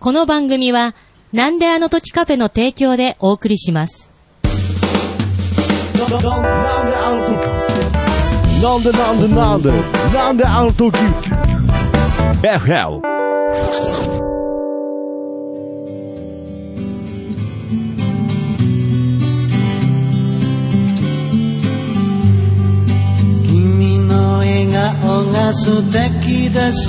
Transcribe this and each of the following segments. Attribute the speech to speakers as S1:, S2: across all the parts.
S1: この番組は、なんであの時カフェの提供でお送りします。
S2: なんであの時なんでなんでなんでなんであの時 FL
S3: 君の笑顔が素敵です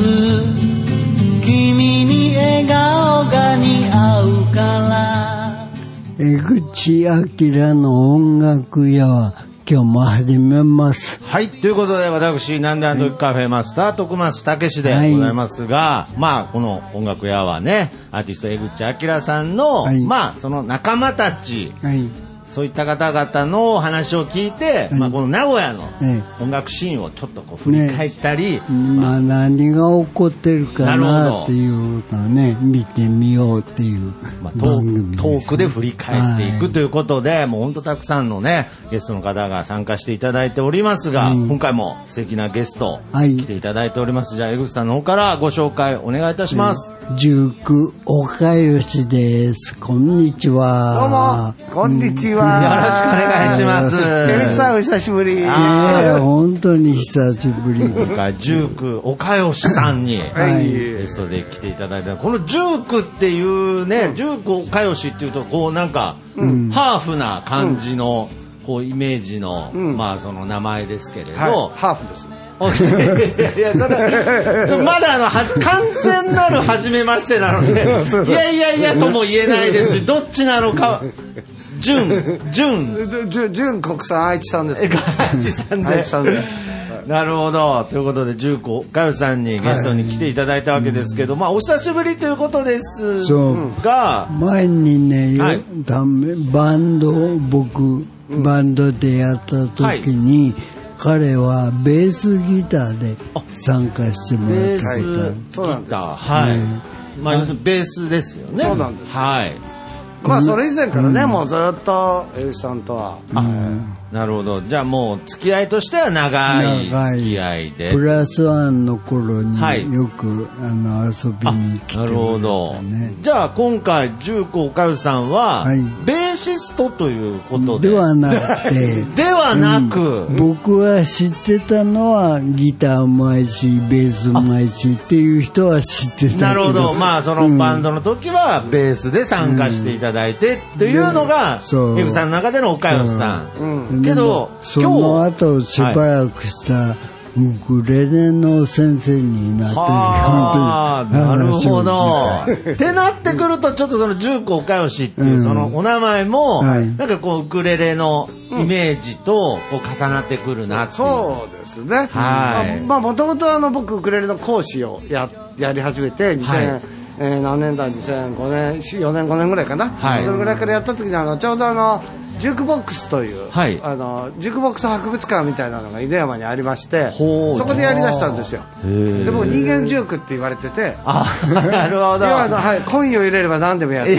S3: 君に笑顔が似合うから
S4: 江口明の音楽屋は今日も始めます。
S5: はい。ということで、私、なんであの時カフェマスター、徳松たけしでございますが、まあ、この音楽屋はね、アーティスト江口明さんの、
S4: はい
S5: まあ、その仲間たち、
S4: はい。
S5: そういった方々のお話を聞いて、
S4: い
S5: まあ、この名古屋の
S4: え
S5: 音楽シーンをちょっとこう振り返ったり、
S4: まあ何が起こってるか
S5: なるほ
S4: な
S5: ど
S4: っていうのをね、見てみようっていう
S5: まあ、ト
S4: 番
S5: ー
S4: 組
S5: クトークで振り返ってい
S4: は
S5: くということで、もう本当たくさんのね、ゲストの方が参加していただいておりますが、
S4: うん
S5: 今回も素敵なゲスト、
S4: はい
S5: 来ていただいております。じゃあ、江口さんの方からご紹介お願いいたします。
S4: 十九岡吉です。こんにちは。
S6: どうも、こんにち
S5: よろしくお
S6: は。
S5: 願いします。
S6: よしさん、お久しぶり。
S4: い
S5: あ
S4: や本当に久しぶり。
S5: 今回、ジューク、岡吉さんに、
S6: はい
S5: ゲストで来ていただいた。このジュークっていうね、ジューク岡吉っていうと、こうなんか、ハーフな感じの、こうイメージの、まあその名前ですけれど、
S6: はい、ハーフです。
S5: いや、それ、まだあの、は完全なる初めましてなので、いやいやいやとも言えないですし、どっちなのか、純、 純、
S6: じゅ純国産愛知さんです。
S5: ガチさん
S6: 愛
S5: で
S6: 知。さんで。
S5: なるほど。ということで、重工、かよさんにゲストに来ていただいたわけですけど、まあ、お久しぶりということです
S4: そう
S5: が、
S4: 前にね、よ
S5: はい
S4: ダメバンド僕、バンドでやった時に、彼はベースギターで参加してもら
S5: ベー
S4: って
S5: ス、ギ
S4: た、
S6: そうなんです
S5: ター、はい。
S4: ね
S5: まあ、要するにベースですよね。
S6: そうなんです
S5: はい。
S6: まあ、それ以前からね、もうずっと、江口さんとは。
S5: なるほど。じゃあもう、付き合いとしては長い付き合いで。
S4: プラスワンの頃
S5: はい
S4: によく、あの遊び
S5: あ
S4: に来て
S5: なるほど
S4: もらったね。
S5: じゃあ今回、重工かよさんは、
S4: はい
S5: ベーシストということで。
S4: ではなくて
S5: ではなく、
S4: 僕は知ってたのはギターうまいしベースうまいしっていう人は知ってたけど
S5: なるほど、まあその
S4: うん
S5: バンドの時はベースで参加していただいてというのが、
S4: そう
S5: エグさんの中での岡吉さ。
S6: うんん。
S5: けど
S4: でもその後しばらくしたウクレレの先生になってる
S5: はあ
S4: 本
S5: な
S4: 当に
S5: る
S4: 話を
S5: ほど。
S4: 聞い
S5: ってなってくると、ちょっとその重工岡吉っていうう、
S4: ん
S5: そのお名前も、
S4: はい
S5: なんかこう、ウクレレのイメージとこう重なってくるなっていう。
S6: そうですね。
S5: はい
S6: まあ、もともとあの、僕、ウクレレの講師をや、やり始めて、
S5: は
S6: 2000
S5: い
S6: えー何年代2005年4年5年ぐらいかな、
S5: はい
S6: それぐらいからやった時にあのちょうどあのジュークボックスという、
S5: はい
S6: あのジュークボックス博物館みたいなのが犬山にありまして
S5: ほう
S6: そこでやりだしたんですよで僕人間ジュークって言われてて
S5: あ、なるほど。
S6: 要はあの、はい、コインを入れれば何でもやる。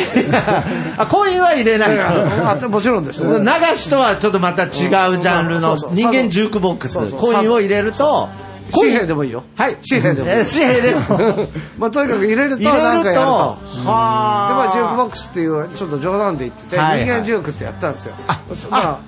S5: あ、コインは入れないから。
S6: あもちろんです。
S5: 流しとはちょっとまた違うジャンルの
S6: そうそう
S5: 人間ジュークボック
S6: そう
S5: ス。
S6: そう
S5: コインを入れると、コイ
S6: 紙
S5: ン
S6: 幣でもいいよ。
S5: はい。
S6: 紙幣でもいい
S5: えー紙幣 でも。
S6: まあ、とにかく入れると
S5: 入れると、
S6: なんかやると。で
S5: は
S6: まあ、ジュークボ
S5: ッ
S6: ックスっていうちょっと冗談で言ってて、
S5: はいはい
S6: 人間ジュークってやったんですよ
S5: あ
S6: まあ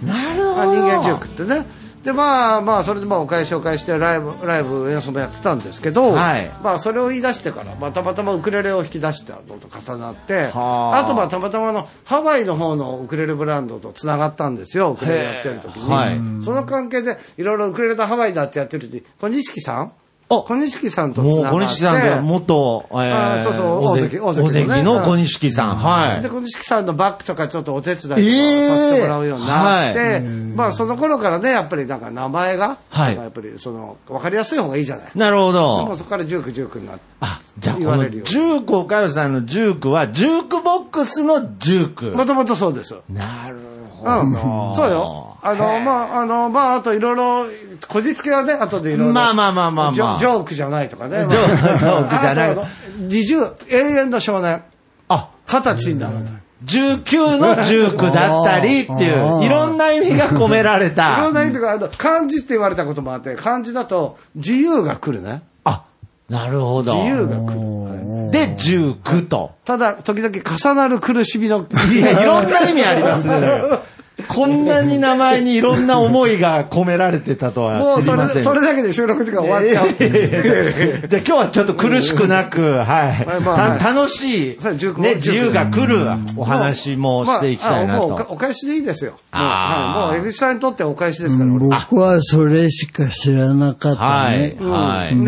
S5: クなるほ
S6: まあ
S5: ど。
S6: 人間ジュークってねでまあまあそれでまあお返しを返してライブライブ演奏もやってたんですけど、
S5: はい
S6: まあそれを言い出してから、まあ、たまたまウクレレを引き出したのと重なって
S5: はあ
S6: あとまあたまたまあのハワイの方のウクレレブランドとつながったんですよウクレレやってる時に、
S5: はい
S6: その関係でいろいろウクレレとハワイだってやってる時に小錦さん
S5: お
S6: 小錦さんとつ
S5: もう
S6: ながって
S5: 小錦さんで元、え
S6: あそうそう
S5: 大
S6: 大
S5: 関
S6: 関大関のね
S5: の小錦さん。はい
S6: で、。小錦さんのバッグとかちょっとお手伝いとかさ
S5: ええ
S6: せてもらうようになって、
S5: は
S6: まあその頃からね、やっぱりなんか名前が、
S5: はい
S6: なんかやっぱりその、わかりやすい方がいいじゃない。
S5: なるほ
S6: もう
S5: ど。
S6: そこからジュークジュークになって。
S5: あ、じゃあこ
S6: 言わ
S5: の
S6: れる
S5: ジ
S6: よ
S5: ューク岡吉さんのジュークは、ジュークボックスのジューク。
S6: もともとそうです。うん。
S5: なるほ
S6: そうよ。あの、まあ、あの、まあ、あといろいろ、こじつけはね、あとでいろいろ。
S5: まあまあまあまあまあ
S6: ジョジョークじゃないとかね。
S5: ジョークジョークじゃない
S6: あとあの二十、永遠の少年。
S5: あ、
S6: 二十歳にならない。
S5: 19の19だったりっていう、いろんな意味が込められ
S6: いろん
S5: た。
S6: な意味が、あの、漢字って言われたこともあって、漢字だと、自由が来るね。
S5: あ、なるほど。
S6: 自由が来る。
S5: で、19と。
S6: ただ、時々重なる苦しみの、
S5: いや、いろんな意味ありますね。こんなに名前にいろんな思いが込められてたと
S6: も
S5: は
S6: う
S5: 知
S6: そ
S5: りません
S6: れ、それだけで収録時間終わっちゃう。
S5: いやいやいやじゃあ今日はちょっと苦しくなく、はい。
S6: まあまあ
S5: た楽しい
S6: それ、19
S5: ね、自由が来る お話もしていきたいな
S6: まああもうお
S5: と。
S6: お返しでいいですよ。もう
S5: あー
S6: はいもう、江口さんにとってはお返しですから、俺
S4: 僕はそれしか知らなかった
S5: は
S4: ね
S5: い、。はい。
S6: ね。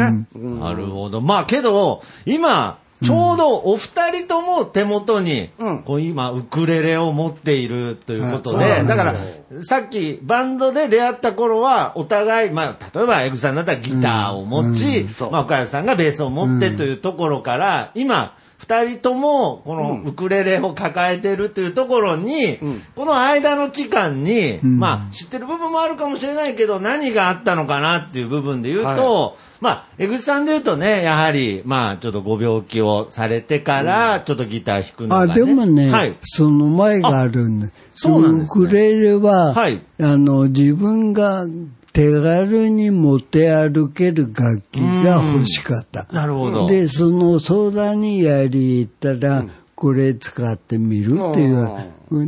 S5: なるほど。まあけど、今、ちょうどお二人とも手元に、
S6: うん
S5: こう今、ウクレレを持っているということ
S4: あ
S5: で、
S4: そう
S5: だから、さっきバンドで出会った頃は、お互い、まあ、例えば、エグさんだったらギターを持ち、まあ、岡谷さんがベースを持ってというところから、今、二人とも、このウクレレを抱えてるというところに、この間の期間に、まあ、知ってる部分もあるかもしれないけど、何があったのかなっていう部分で言うと、まあ、江口さんで言うとね、やはり、まあ、ちょっとご病気をされてから、ちょっとギター弾くのが、
S4: あ
S5: ね。
S4: でもね、
S5: はい。
S4: その前があるんで、
S5: そうなんですね
S4: ウクレレは、
S5: はい
S4: あの自分が手軽に持て歩ける楽器が欲しかった。
S5: なるほど。
S4: で、その相談にやり行ったら、これ使ってみるっていう。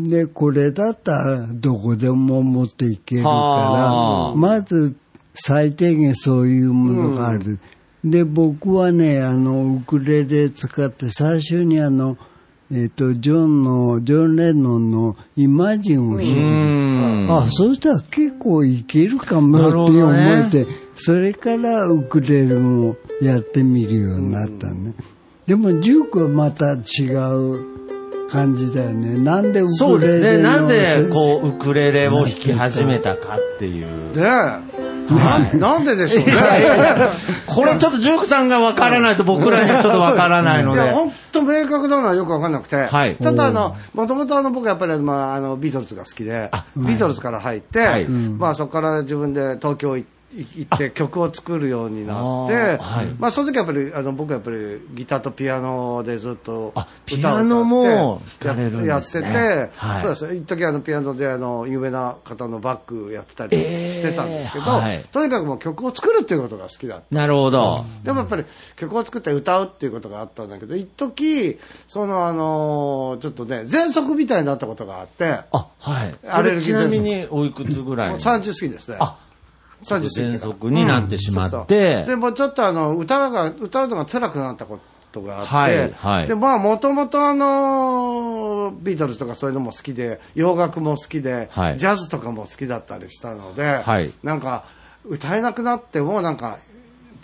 S4: で、これだったらどこでも持っていける
S5: は
S4: か
S5: あ
S4: ら、まず最低限そういうものがある。で、僕はね、あの、ウクレレ使って最初にあの、えっ、と、ジョンの、ジョン・レノンのイマジンを弾いて
S5: うーん。
S4: あ、そうしたら結構いけるかもって思
S5: なる
S4: え
S5: ほ
S4: て、それからウクレレもやってみるようになったね。でも、ジュークはまた違う感じだよね。なんでウ
S5: そう
S4: ク
S5: で
S4: レ
S5: す
S4: レ
S5: ね。
S4: の
S5: なぜ、こ
S4: う。
S5: う、ウクレレを弾き始めたかっていう。
S6: ねえ。なんででしょうね。
S5: これちょっとジュークさんがわからないと僕らにはちょっとわからないの
S6: い
S5: で。
S6: や、本当明確なのはよくわかんなくて、
S5: はい
S6: ただあの、もともとあの僕はやっぱりあの、まあ、あのビートルズが好きで
S5: あ、
S6: ビートルズから入って、
S5: はい
S6: まあ、そこから自分で東京行行って曲を作るようになって、
S5: あーはい
S6: まあ、その時はやっぱりあの僕はやっぱりギターとピアノでずっと歌を歌
S5: あ
S6: って
S5: ピアノも弾かれるんで
S6: ややって
S5: す
S6: て、
S5: ねはい
S6: そうです一時あのピアノであの有名な方のバックやってたりしてたんですけど、
S5: えーはい
S6: とにかくもう曲を作るっていうことが好きだった
S5: なるほど。
S6: でもやっぱり曲を作って歌うっていうことがあったんだけど、一時そのあのーちょっとね、喘息みたいになったことがあって、
S5: あ、はい。
S6: アレルギー
S5: これちなみ
S6: 喘
S5: においくつぐらい
S6: もう
S5: の
S6: 30過ぎですね。
S5: あ、
S6: 30過ぎ
S5: 喘息になってしま
S6: そう
S5: っ
S6: そう
S5: て。
S6: でもうちょっとあの歌が、歌うのが辛くなったことがあって、
S5: はいはい
S6: で、まあ、もともとあのービートルズとかそういうのも好きで、洋楽も好きで、
S5: はい
S6: ジャズとかも好きだったりしたので、
S5: はい
S6: なんか、歌えなくなっても、なんか、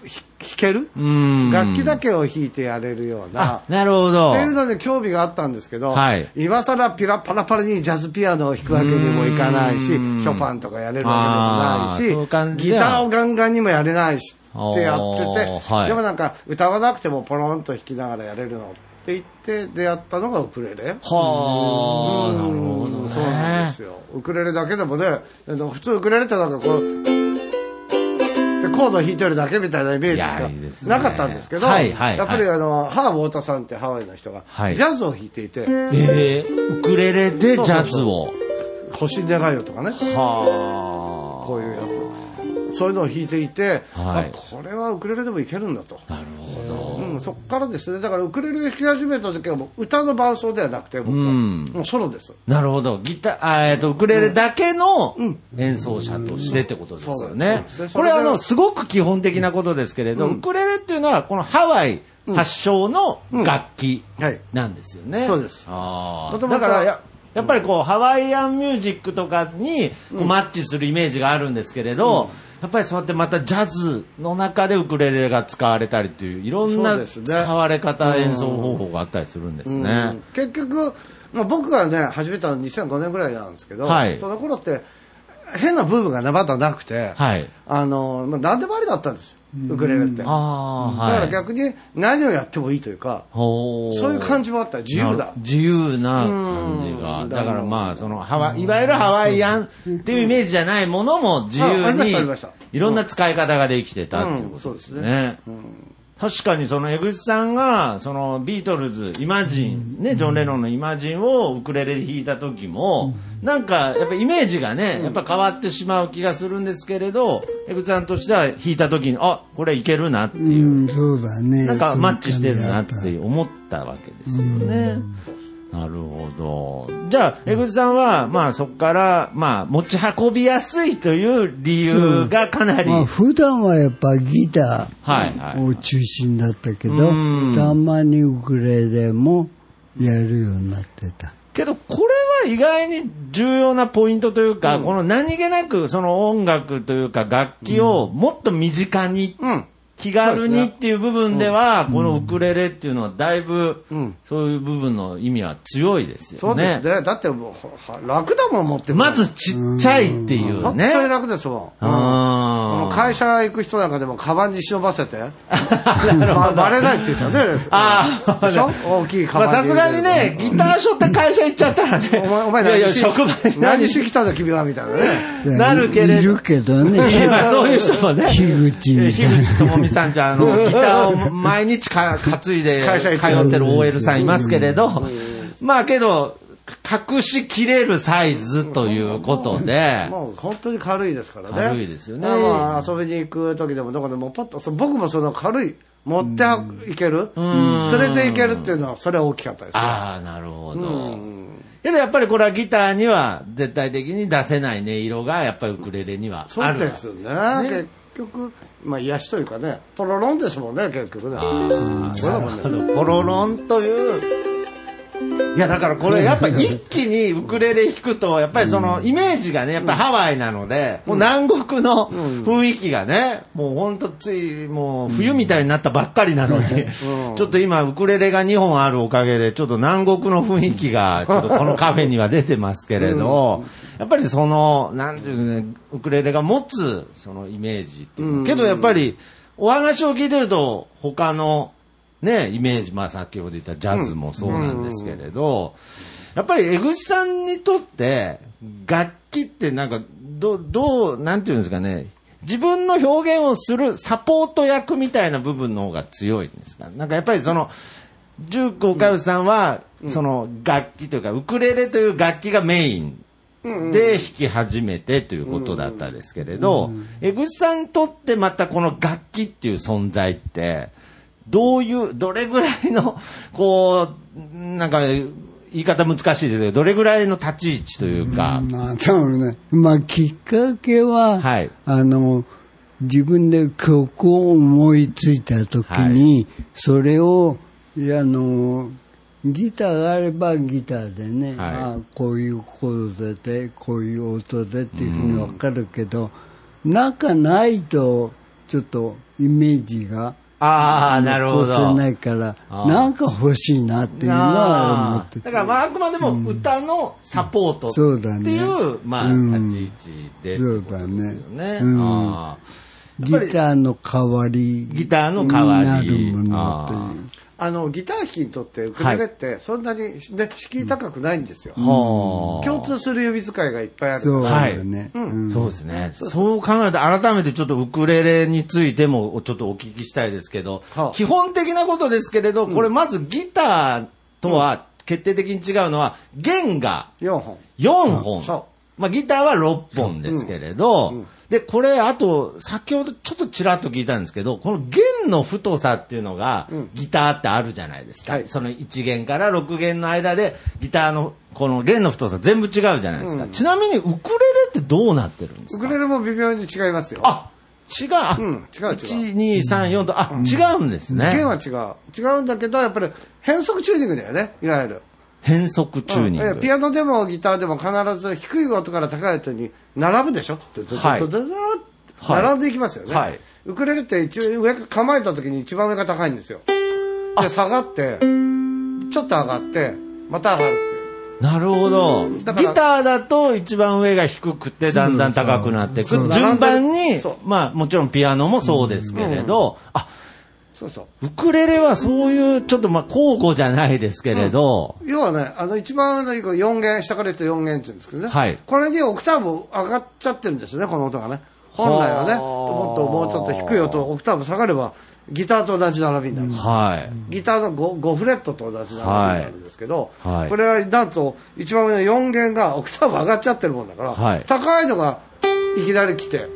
S6: ひ弾ける
S5: うん
S6: 楽器だけを弾いてやれるような
S5: あ、、なるほど
S6: って。いうので興味があったんですけど、
S5: はい
S6: 今更ピラパラパラにジャズピアノを弾くわけにもいかないし、ショパンとかやれるわ
S5: あ
S6: け
S5: ー
S6: で
S5: そう
S6: も
S5: いう
S6: な
S5: 感
S6: いし、
S5: じ
S6: ギ
S5: で
S6: タ
S5: は
S6: ーをガンガンにもやれないしってやって
S5: お
S6: て、
S5: ーはい
S6: でもなんか歌わなくてもポロンと弾きながらやれるのって言って出会ったのがウクレレ。
S5: はあ、なるほど
S6: うん
S5: ね。
S6: そうなんですよ。ウクレレだけでもね、あの普通ウクレレってなんかこう、でコード弾いてるだけみたいなイメージ
S5: いやいいで
S6: し
S5: す
S6: か
S5: ね
S6: なかったんですけど、
S5: はいはいはい
S6: やっぱりあの、ハーブ太田さんってハワイの人が、
S5: はい
S6: ジャズを弾いていて、
S5: えー、ウクレレでジャズを。
S6: 星願いよとかね、
S5: はあ。
S6: こういうやつ。そういうのを弾いていて、
S5: はい
S6: あこれはウクレレでもいけるんだと。
S5: なるほど。
S6: うん、そこからですね、だからウクレレを弾き始めた時はもう歌の伴奏ではなくて、僕は
S5: うん
S6: もうソロです。
S5: なるほど。ギター、あーえっと、ウクレレだけの演奏者としてってことですよね
S6: そうですね。そ
S5: こ
S6: れ
S5: れ
S6: で
S5: あの、すごく基本的なことですけれど、ウクレレっていうのは、このハワイ発祥の楽器
S6: はい
S5: なんですよね。
S6: そうです
S5: あ
S6: 元
S5: ー
S6: 々
S5: だ
S6: は
S5: からや、やっぱりこう、ハワイアンミュージックとかにこうマッチするイメージがあるんですけれど、やっぱりそうやってまたジャズの中でウクレレが使われたりっていう、いろん
S6: そ
S5: な
S6: うですね
S5: 使われ方、演奏方法があったりするんです
S6: う
S5: ね
S6: ん。結局、まあ、僕がね始めたのは2005年ぐらいなんですけど、
S5: はい
S6: その頃って変なブームがまだなくて、
S5: はい。
S6: あのまあ、何でもありだったんですよウクレレって、だ
S5: ああ、
S6: か
S5: は
S6: ら
S5: い。
S6: 逆に何をやってもいいというか、そういう感じもあった自由だ
S5: 自由な感じが。
S6: うん
S5: だからまあ、そのハワイ、いわゆるハワイアンっていうイメージじゃないものも自
S6: あありましたあ
S5: 由
S6: りま
S5: に
S6: した、
S5: いろんな使い方ができてたっていうことです
S6: うんそうです
S5: ね。確かにその江口さんがそのビートルズ「イマジン」ねジョン・レノンの「イマジン」をウクレレで弾いた時もなんかやっぱイメージがねやっぱ変わってしまう気がするんですけれど江口さんとしては弾いた時にあこれいけるなって
S4: う、
S5: いうん
S4: そうだね。
S5: なんかマッチしてるなっ
S4: そう
S5: て
S4: いう
S5: 思ったわけですよね。なるほど。じゃあ、江口さんは、まあそこから、まあ持ち運びやすいという理由がかなり、
S4: 感じだった。まあ、
S5: はい
S4: 普段はやっぱギタ
S5: はい。
S4: ーを中心だったけど、
S5: うん
S4: たまにウクレレもやるようになってた。
S5: けど、これは意外に重要なポイントというか、この何気なくその音楽というか楽器をもっと身近に、
S6: うん。
S5: 気軽
S6: そう
S5: に
S6: で
S5: っ
S6: すね
S5: ていう部分では、このウクレレっていうのはだいぶ、
S6: うん
S5: そういう部分の意味は強いです
S6: そ
S5: よ
S6: うです
S5: ね。
S6: ね。だってもうほは楽だもん持って
S5: まずちっちゃいってい
S6: 本
S5: うね。
S6: 当に楽ですもん。
S5: あ
S6: もう
S5: ー
S6: 会社行く人なんかでもカバンに忍ば せて、ばバレないって言ったね。
S5: あー
S6: でしょ大きいカ
S5: まあ
S6: バ
S5: さ
S6: ンに
S5: す
S6: 入れ
S5: が
S6: る
S5: にね、ギターショって会社行っちゃったらね。
S6: お前、お前
S5: いやいや、
S6: 何し
S5: 職場に
S6: 何してきたの君はみたいな ね。
S5: なるけれど
S4: いるけど ね。
S5: いやまあそういう人もね。
S4: 樋口みたいな
S5: 樋口智美さんじゃ、あの、ギターを毎日か担いで
S6: 会
S5: 通
S6: 社行って
S5: ってる OL さんいますけれど、まあけど、隠しきれるサイズということで、
S6: もう本当に軽いですからね。
S5: 軽いですよね
S6: だからまあ遊びに行く時でもどこでもポッと、そう僕もその軽い、持っていける、連れていけるっていうのは、それは大きかったですね。
S5: ああ、なるほど。けどやっぱりこれはギターには絶対的に出せない音色がやっぱりウクレレには
S6: そ
S5: あ
S6: う
S5: る。
S6: ですよね。結局、まあ癒しというかね、ポロロンですもんね、結局ね。そうだもんね。
S5: ポロロンという。いや、だからこれやっぱ一気にウクレレ弾くと、やっぱりそのイメージがね、やっぱハワイなので、もう南国の雰囲気がね、もうほんとつい、もう冬みたいになったばっかりなのに、ちょっと今ウクレレが2本あるおかげで、ちょっと南国の雰囲気 が、ちょっとこのカフェには出てますけれど、やっぱりその、なんていうんですかね、ウクレレが持つ、そのイメージっていうかけどやっぱり、お話を聞いてると、他の、ね、イメージ、まあ、先ほど言ったジャズもそうなんですけれど、やっぱり江口さんにとって、楽器ってなんか、どう、どう、なんていうんですかね、自分の表現をするサポート役みたいな部分の方が強いんですかなんかやっぱりその、重工かよさんは、その楽器というか、ウクレレという楽器がメインで弾き始めてということだったですけれど、江口さんにとってまたこの楽器っていう存在って、どういう、どれぐらいの、こう、なんか、言い方難しいですけど、どれぐらいの立ち位置というか、
S4: まあ、多分ね。まあ、きっかけは、
S5: はい
S4: あの、自分で曲を思いついた時に、それを、いやあの、ギターがあればギターでね、
S5: はい
S4: あこういうコードで、こういう音でっていうふうにわかるけど、なんかないと、ちょっとイメージが、
S5: ああ、なるほ
S4: こうせ
S5: ど。
S4: ないから、
S5: あー
S4: なんか欲しいなっていうのは思っ
S5: あ
S4: て
S5: ーだからまああくまでも歌のサポート
S4: そ
S5: っ
S4: うだね
S5: ていう、まあ、
S4: うん
S5: 立ち位置でって
S4: そう
S5: こ
S4: だ
S5: と
S4: ね
S5: ですよね。
S4: うん
S5: あ
S4: ギターの代わり
S5: ギターの代わり
S4: になるものという。
S6: あの、ギター弾きにとってウクレレって、そんなに、ね、敷居高くないんですよ。
S5: ーはあ
S6: 共通する指使いがいっぱいある
S4: そう
S6: から。
S4: だよね。うん
S5: そうですね。そう考えると、改めてちょっとウクレレについてもちょっとお聞きしたいですけど、
S6: はあ
S5: 基本的なことですけれど、これまずギターとは決定的に違うのは、弦が
S6: 4本。
S5: 4本。
S6: そ
S5: まあ、ギターは6本ですけれど、で、これ、あと、先ほどちょっとちらっと聞いたんですけど、この弦の太さっていうのが、ギターってあるじゃないですか。
S6: はい
S5: その1弦から6弦の間で、ギターの、この弦の太さ全部違うじゃないですか。ちなみに、ウクレレってどうなってるんです
S6: ウ
S5: か
S6: クレレも微妙に違いますよ。
S5: あ、違う。あ
S6: うん違う違う
S5: 1、2、3、4と、あ、違うんですね。
S6: 弦は違う。違うんだけど、やっぱり変則チューニングだよね、いわゆる。
S5: 変則チューニング。
S6: うんピアノでもギターでも必ず低い音から高い音に並ぶでしょ、
S5: はい
S6: ドドドドドド
S5: はい
S6: 並んでいきますよね、
S5: はい
S6: ウクレレって一応上構えた時に一番上が高いんですよで下がってちょっと上がってまた上がる
S5: なるほど。ギタ
S6: だから
S5: ーだと一番上が低くてだんだん高くなっていく
S6: そう。そう
S5: 順番に
S6: そ、う
S5: まあもちろんピアノもそうですけれど、あ、
S6: そうそう
S5: ウクレレはそういうちょっとまあ交互じゃないですけれど、
S6: 要はねあの一番上の4弦下から言うと4弦って言うんですけどね、
S5: はい
S6: これにオクターブ上がっちゃってるんですよねこの音がね本来はね
S5: はあ
S6: もっともうちょっと低い音、オクターブ下がれば、ギターと同じ並びになる。
S5: はい。
S6: ギターの 5, 5フレットと同じ並びになるんですけど、
S5: はいはい
S6: これはなんと一番上の4弦がオクターブ上がっちゃってるもんだから、
S5: はい
S6: 高いのがいきなり来て、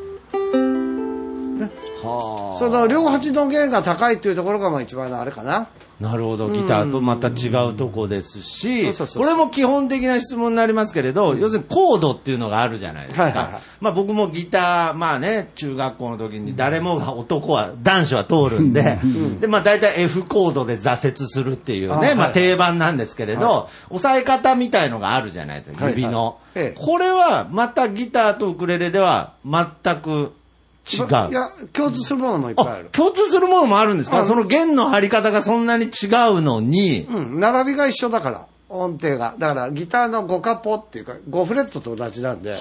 S5: は
S6: その両端の弦が高いっていうところがまあ一番のあれかな。
S5: なるほど、ギターとまた違うとこですし、
S6: そうそうそう
S5: これも基本的な質問になりますけれど、要するにコードっていうのがあるじゃないです
S6: はいはいは
S5: か
S6: い。
S5: まあ僕もギター、まあね、中学校の時に誰もが男は、男子は通るんで、で、まあ大体 F コードで挫折するっていう
S6: あはい
S5: ね、まあ定番なんですけれど、押さえ方みたいのがあるじゃないですか、
S6: はいはい
S5: 指の
S6: ええ。
S5: これはまたギターとウクレレでは全く違う。
S6: いや、共通するものもいっぱいあ
S5: あ
S6: る、。
S5: 共通するものもあるんです
S6: う
S5: か
S6: ん
S5: その弦の張り方がそんなに違うのに、
S6: うん、並びが一緒だから、音程が。だからギターの5カポっていうか、5フレットと同じなん
S5: は
S6: で、だ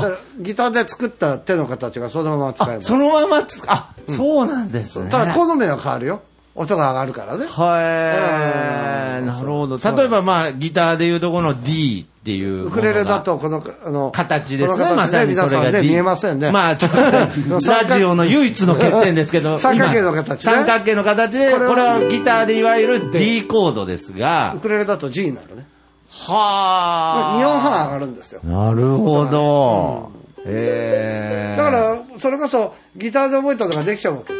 S6: か
S5: あ
S6: らギターで作った手の形がそのまま使え
S5: あ、
S6: ま
S5: あ、
S6: す
S5: そ。のままつ、あ、そうなんですね。
S6: ただ好みは変わるよ。音が上がるからね。
S5: は
S6: う
S5: い。
S6: ん
S5: なるほど。
S6: そう
S5: 例えばまあ、ギターでいうとこの D っていうものが。
S6: ウクレレだと、この、あの、
S5: 形です
S6: この
S5: ね。
S6: 形
S5: まさにそ
S6: 皆さ
S5: れ
S6: ん
S5: が
S6: ね、
S5: D
S6: 見えませんね。
S5: まあ、ちょ っと、ラジオの唯一の欠点ですけど。
S6: 三角形の形ね
S5: 今三角形の形で、
S6: こ
S5: こ
S6: れ
S5: れ
S6: は
S5: はギターでいわゆる D コードです
S6: ウ
S5: が。
S6: クレレだと G になるね。
S5: はあ。
S6: 2音半上がるんですよ。
S5: なるほど。え
S6: だ
S5: え。
S6: から、それこそ、ギターで覚えたのができちゃうわけ。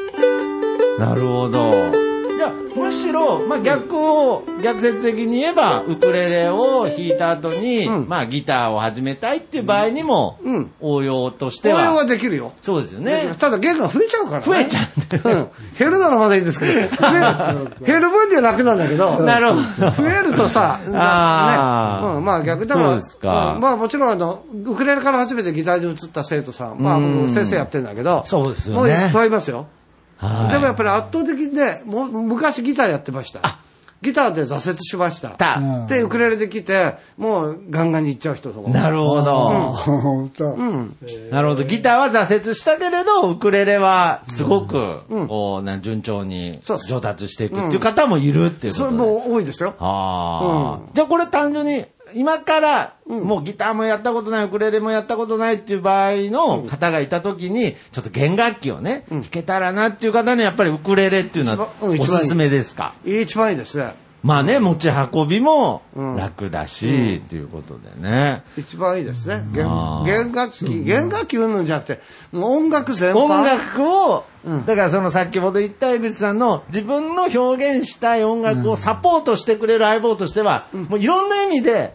S5: なるほど。いや、むしろ、まあ、逆を、逆説的に言えば、ウクレレを弾いた後に、
S6: うん
S5: まあ、ギターを始めたいっていう場合にも、
S6: うん
S5: 応用として
S6: 応
S5: は
S6: 用は、できるよ。
S5: そうですよね。
S6: ただ、弦が増えちゃうからね。
S5: 増えちゃうんだよ
S6: ん減るならまだいい んですけど、増える減る分には楽なんだけど、
S5: なるほど
S6: 増えるとさ、
S5: あ
S6: な
S5: ー
S6: ねうん、まあ逆だから、
S5: そうですか
S6: うんまあもちろんあの、ウクレレから初めてギターに移った生徒さん、まあ僕先生やってんだけど、
S5: そうですよね
S6: もういっぱいいますよ。
S5: はい
S6: でもやっぱり圧倒的にね、もう昔ギターやってました。ギターで挫折しました。
S5: た
S6: で、ウクレレで来て、もうガンガンに行っちゃう人とか。
S5: なるほど。
S4: 本当
S6: うん。
S5: なるほど。ギターは挫折したけれど、ウクレレは、すごく、こう、なん順調に
S6: そうです
S5: 上達していくっていう方もいるっていうこ
S6: そ
S5: と
S6: れ
S5: で
S6: もう多いですよ。
S5: ああ、じゃあこれ単純に、今から、もうギターもやったことない、ウクレレもやったことないっていう場合の方がいたときに、ちょっと弦楽器をね、弾けたらなっていう方にはやっぱりウクレレっていうのは
S6: 一番うん
S5: おすすめですか。
S6: 一番いいですね。
S5: まあね、持ち運びも
S6: ん
S5: 楽だし、っていうことでね。
S6: 一番いいですね。弦
S5: あー
S6: 弦楽器、弦楽器うんぬんじゃなくて、もう音楽全般。
S5: 音楽を、
S6: うん
S5: だからその先ほど言った江口さんの自分の表現したい音楽をサポートしてくれる相棒としては、もういろんな意味で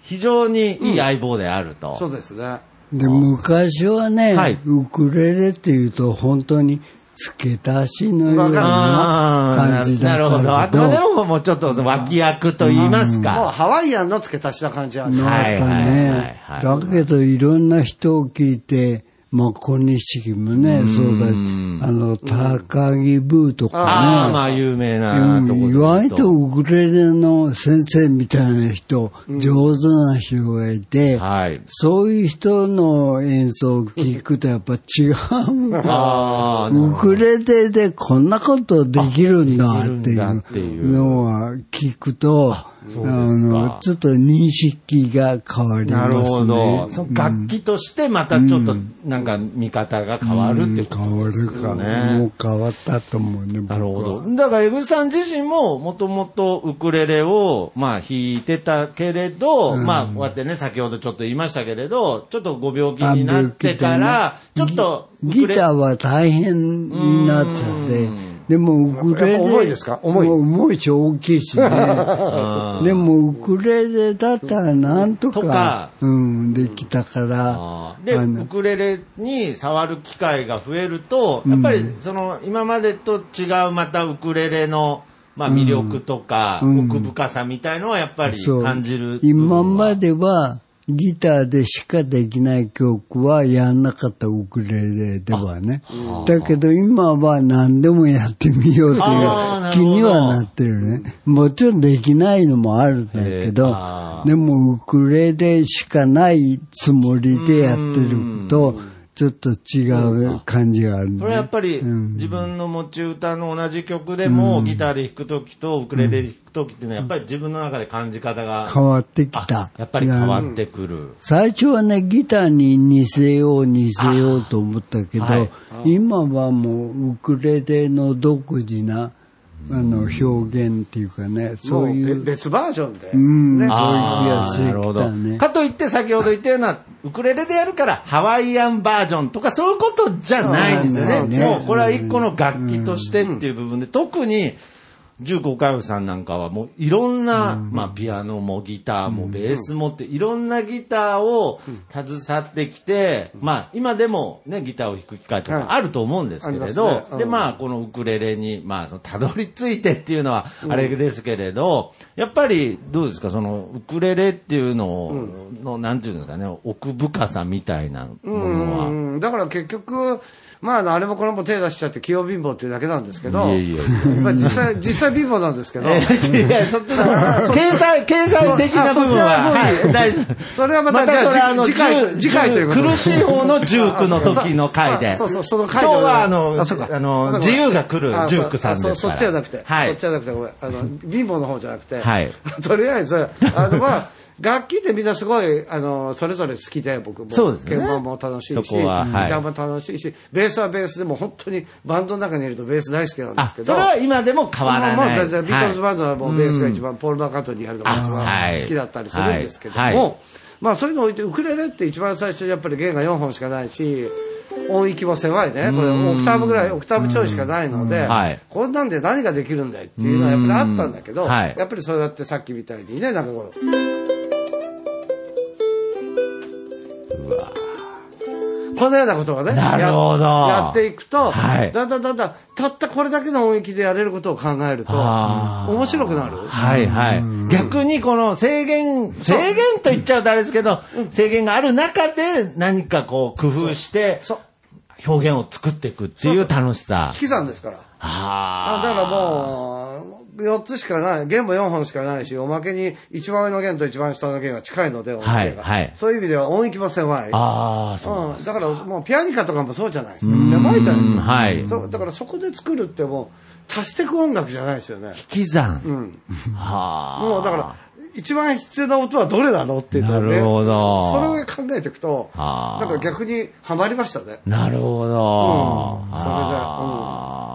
S5: 非常にいい相棒であると。
S6: そうですね。
S4: で昔はね、
S5: はい
S4: ウクレレっていうと本当に付け足しのような感じだ
S5: なる
S4: っ
S5: ほど。
S4: た
S5: あ
S4: け
S5: く
S4: ど
S5: までももうちょっと脇役と言います
S6: もう
S5: か。
S6: ハワイアンの付け足しな感じはね。
S5: は
S4: ないんかね、
S5: はいはいはい
S4: だけどいろんな人を聞いて、まあ、小錦もね、そうだし、あの、高木ブーと
S5: あ
S4: か
S5: あ、
S4: ね、
S5: まあ有名なとこ
S4: うん
S5: で
S4: 意
S5: す
S4: 外とウクレレの先生みたいな人、上手な人がいて、
S5: はい。
S4: そういう人の演奏を聞くとやっぱ違
S5: ああ、
S4: う。ウクレレでこんなことできるんだってい
S5: あできるんだっていう
S4: うのは聞くと、あ
S5: そうですか
S4: の、ちょっと認識が変わり
S5: な
S4: ますね。
S5: るほど。その楽器としてまたちょっとなんか見方が変わるってこと
S4: 変わ
S5: で
S4: る
S5: す
S4: か
S5: か
S4: ね。も
S5: ね
S4: う。変わったと思うね、僕
S5: な
S4: は
S5: るほど。だから、江口さん自身も、もともとウクレレを、まあ、弾いてたけれど、まあ、こうやってね、先ほどちょっと言いましたけれど、ちょっとご病気になってから、ちょっとウ
S4: ギ
S5: ク
S4: ギ
S5: レ、
S4: ターは大変になっちゃって、でもウクレレ。
S6: やっぱ重いですか重い
S4: もう重いし大きいし ね。でもウクレレだったらなんとか、
S5: とか
S4: うん、できたから、
S5: あーで、
S4: あ
S5: ウ
S4: の
S5: クレレに触る機会が増えると、やっぱりその今までと違うまたウクレレの、まあ、魅力とか、
S4: うん
S5: 奥深さみたいのはやっぱり
S4: そう
S5: 感じる。
S4: 今まではギターでしかできない曲はやんなかったウクレレではね。だけど今は何でもやってみようという
S5: あーなる
S4: 気
S5: ほど
S4: にはなってるね。もちろんできないのもあるんだけ
S5: へー
S4: ど
S5: あ、ー
S4: でもウクレレしかないつもりでやってると、ちょっと違う感じがあるね、
S5: それはやっぱり
S4: うん
S5: 自分の持ち歌の同じ曲でもギターで弾くときとウクレレで弾くときっていうのはやっぱり自分の中で感じ方が
S4: 変わってき
S5: あ
S4: た。
S5: やっぱり変わってくる。
S4: 最初はね、ギターに似せよう似せようと思ったけど、
S5: あーはい
S4: 今はもうウクレレの独自な、あの、表現っていうかね、
S6: そ
S4: そううい、
S6: いうう別バージョンで、
S4: うん
S6: ね、
S4: あ
S5: あー
S4: そうい
S5: な
S4: う気
S5: るほど
S4: がしてきたね。
S5: かといって先ほど言ったような、ウクレレでやるからハワイアンバージョンとかそういうことじゃないんですよ
S4: あー
S5: ね。
S4: ないね
S5: もうこれは一個の楽器としてっていう部分で、特に重工海部さんなんかはもういろんな、まあピアノもギターもベースもっていろんなギターを携わってきて、まあ今でもね、ギターを弾く機会とかあると思うんですけれど、
S6: はいありますねうん
S5: でまあこのウクレレに、まあそのたどり着いてっていうのはあれですけれど、やっぱりどうですか、そのウクレレっていうのを、のなんていうんですかね、奥深さみたいなものは。
S6: うんだから結局、まああの、あれもこれも手出しちゃって器用貧乏っていうだけなんですけど、
S5: いえいえいえ
S6: まあ実際、実際貧乏なんですけ ど、
S5: いや、そっちの、経済、経済的な部分は、
S6: あそっちはもういい
S5: はい大丈夫。
S6: それはま
S5: ま
S6: た
S5: た、これ、あの、
S6: 次回、
S5: 10
S6: 次回ということで
S5: 苦しい方のジュークの時の回で。
S6: あそうそう、その回で
S5: 今日は、あの、
S6: あそうか
S5: あの、自由が来るジュークさんですから。
S6: あそうそっちじゃなくて、
S5: はい
S6: そっちじゃなくて、ごめん、あの、貧乏の方じゃなくて、
S5: はい、
S6: とりあえず、あの、まあ、楽器ってみんなすごい、あの、それぞれ好きで、僕も、
S5: そうですね
S6: 鍵盤も楽しいし、
S5: そこははい
S6: ギターも楽しいし、ベースはベースでも本当にバンドの中にいるとベース大好きなんで
S5: あ
S6: す
S5: それ
S6: けど、
S5: は今でも変わら
S6: もう
S5: な
S6: も
S5: い。
S6: う全然ビートルズバンドはもうベースが一番、ポール・マッカートニーやるのが一
S5: あはい
S6: 番好きだったりするんですけども、
S5: はいはい
S6: まあそういうのを置いて、ウクレレって一番最初にやっぱり弦が4本しかないし、音域も狭いね。これオクターブぐらい、オクターブちょいしかないので
S5: はい、
S6: こんなんで何ができるんだいっていうのはやっぱりあったんだけど、
S5: うんはい
S6: やっぱりそうやってさっきみたいにね、なんかこう、このようなことがね、
S5: なるほど
S6: ややっていくと、
S5: はい
S6: だんだんだんだん、たったこれだけの音域でやれることを考えると、
S5: あー
S6: 面白くなる。
S5: はいはい。逆にこの制限、制限と言っちゃうとあれですけど、制限がある中で何かこう工夫して
S6: そう、
S5: 表現を作っていくっていう楽しさ。
S6: 引き算ですから。
S5: あ
S6: あ
S5: ー
S6: だからもう、4つしかない、弦も4本しかないし、おまけに一番上の弦と一番下の弦が近いので、音
S5: はい
S6: 域が
S5: はい
S6: そういう意味では音域も狭い。
S5: ああ、そうなんだ
S6: うん、だからもうピアニカとかもそうじゃないですか。狭いじゃないですか。
S5: はい
S6: そうだからそこで作るってもう、足していく音楽じゃないですよね。
S5: 引き算。
S6: ん
S5: はあ。
S6: もうだから、一番必要な音はどれなのっていうのをね
S5: なるほど
S6: それを考えていくと、
S5: はあ
S6: なんか逆にはまりましたね。
S5: なるほど。
S6: うんそれで
S5: あー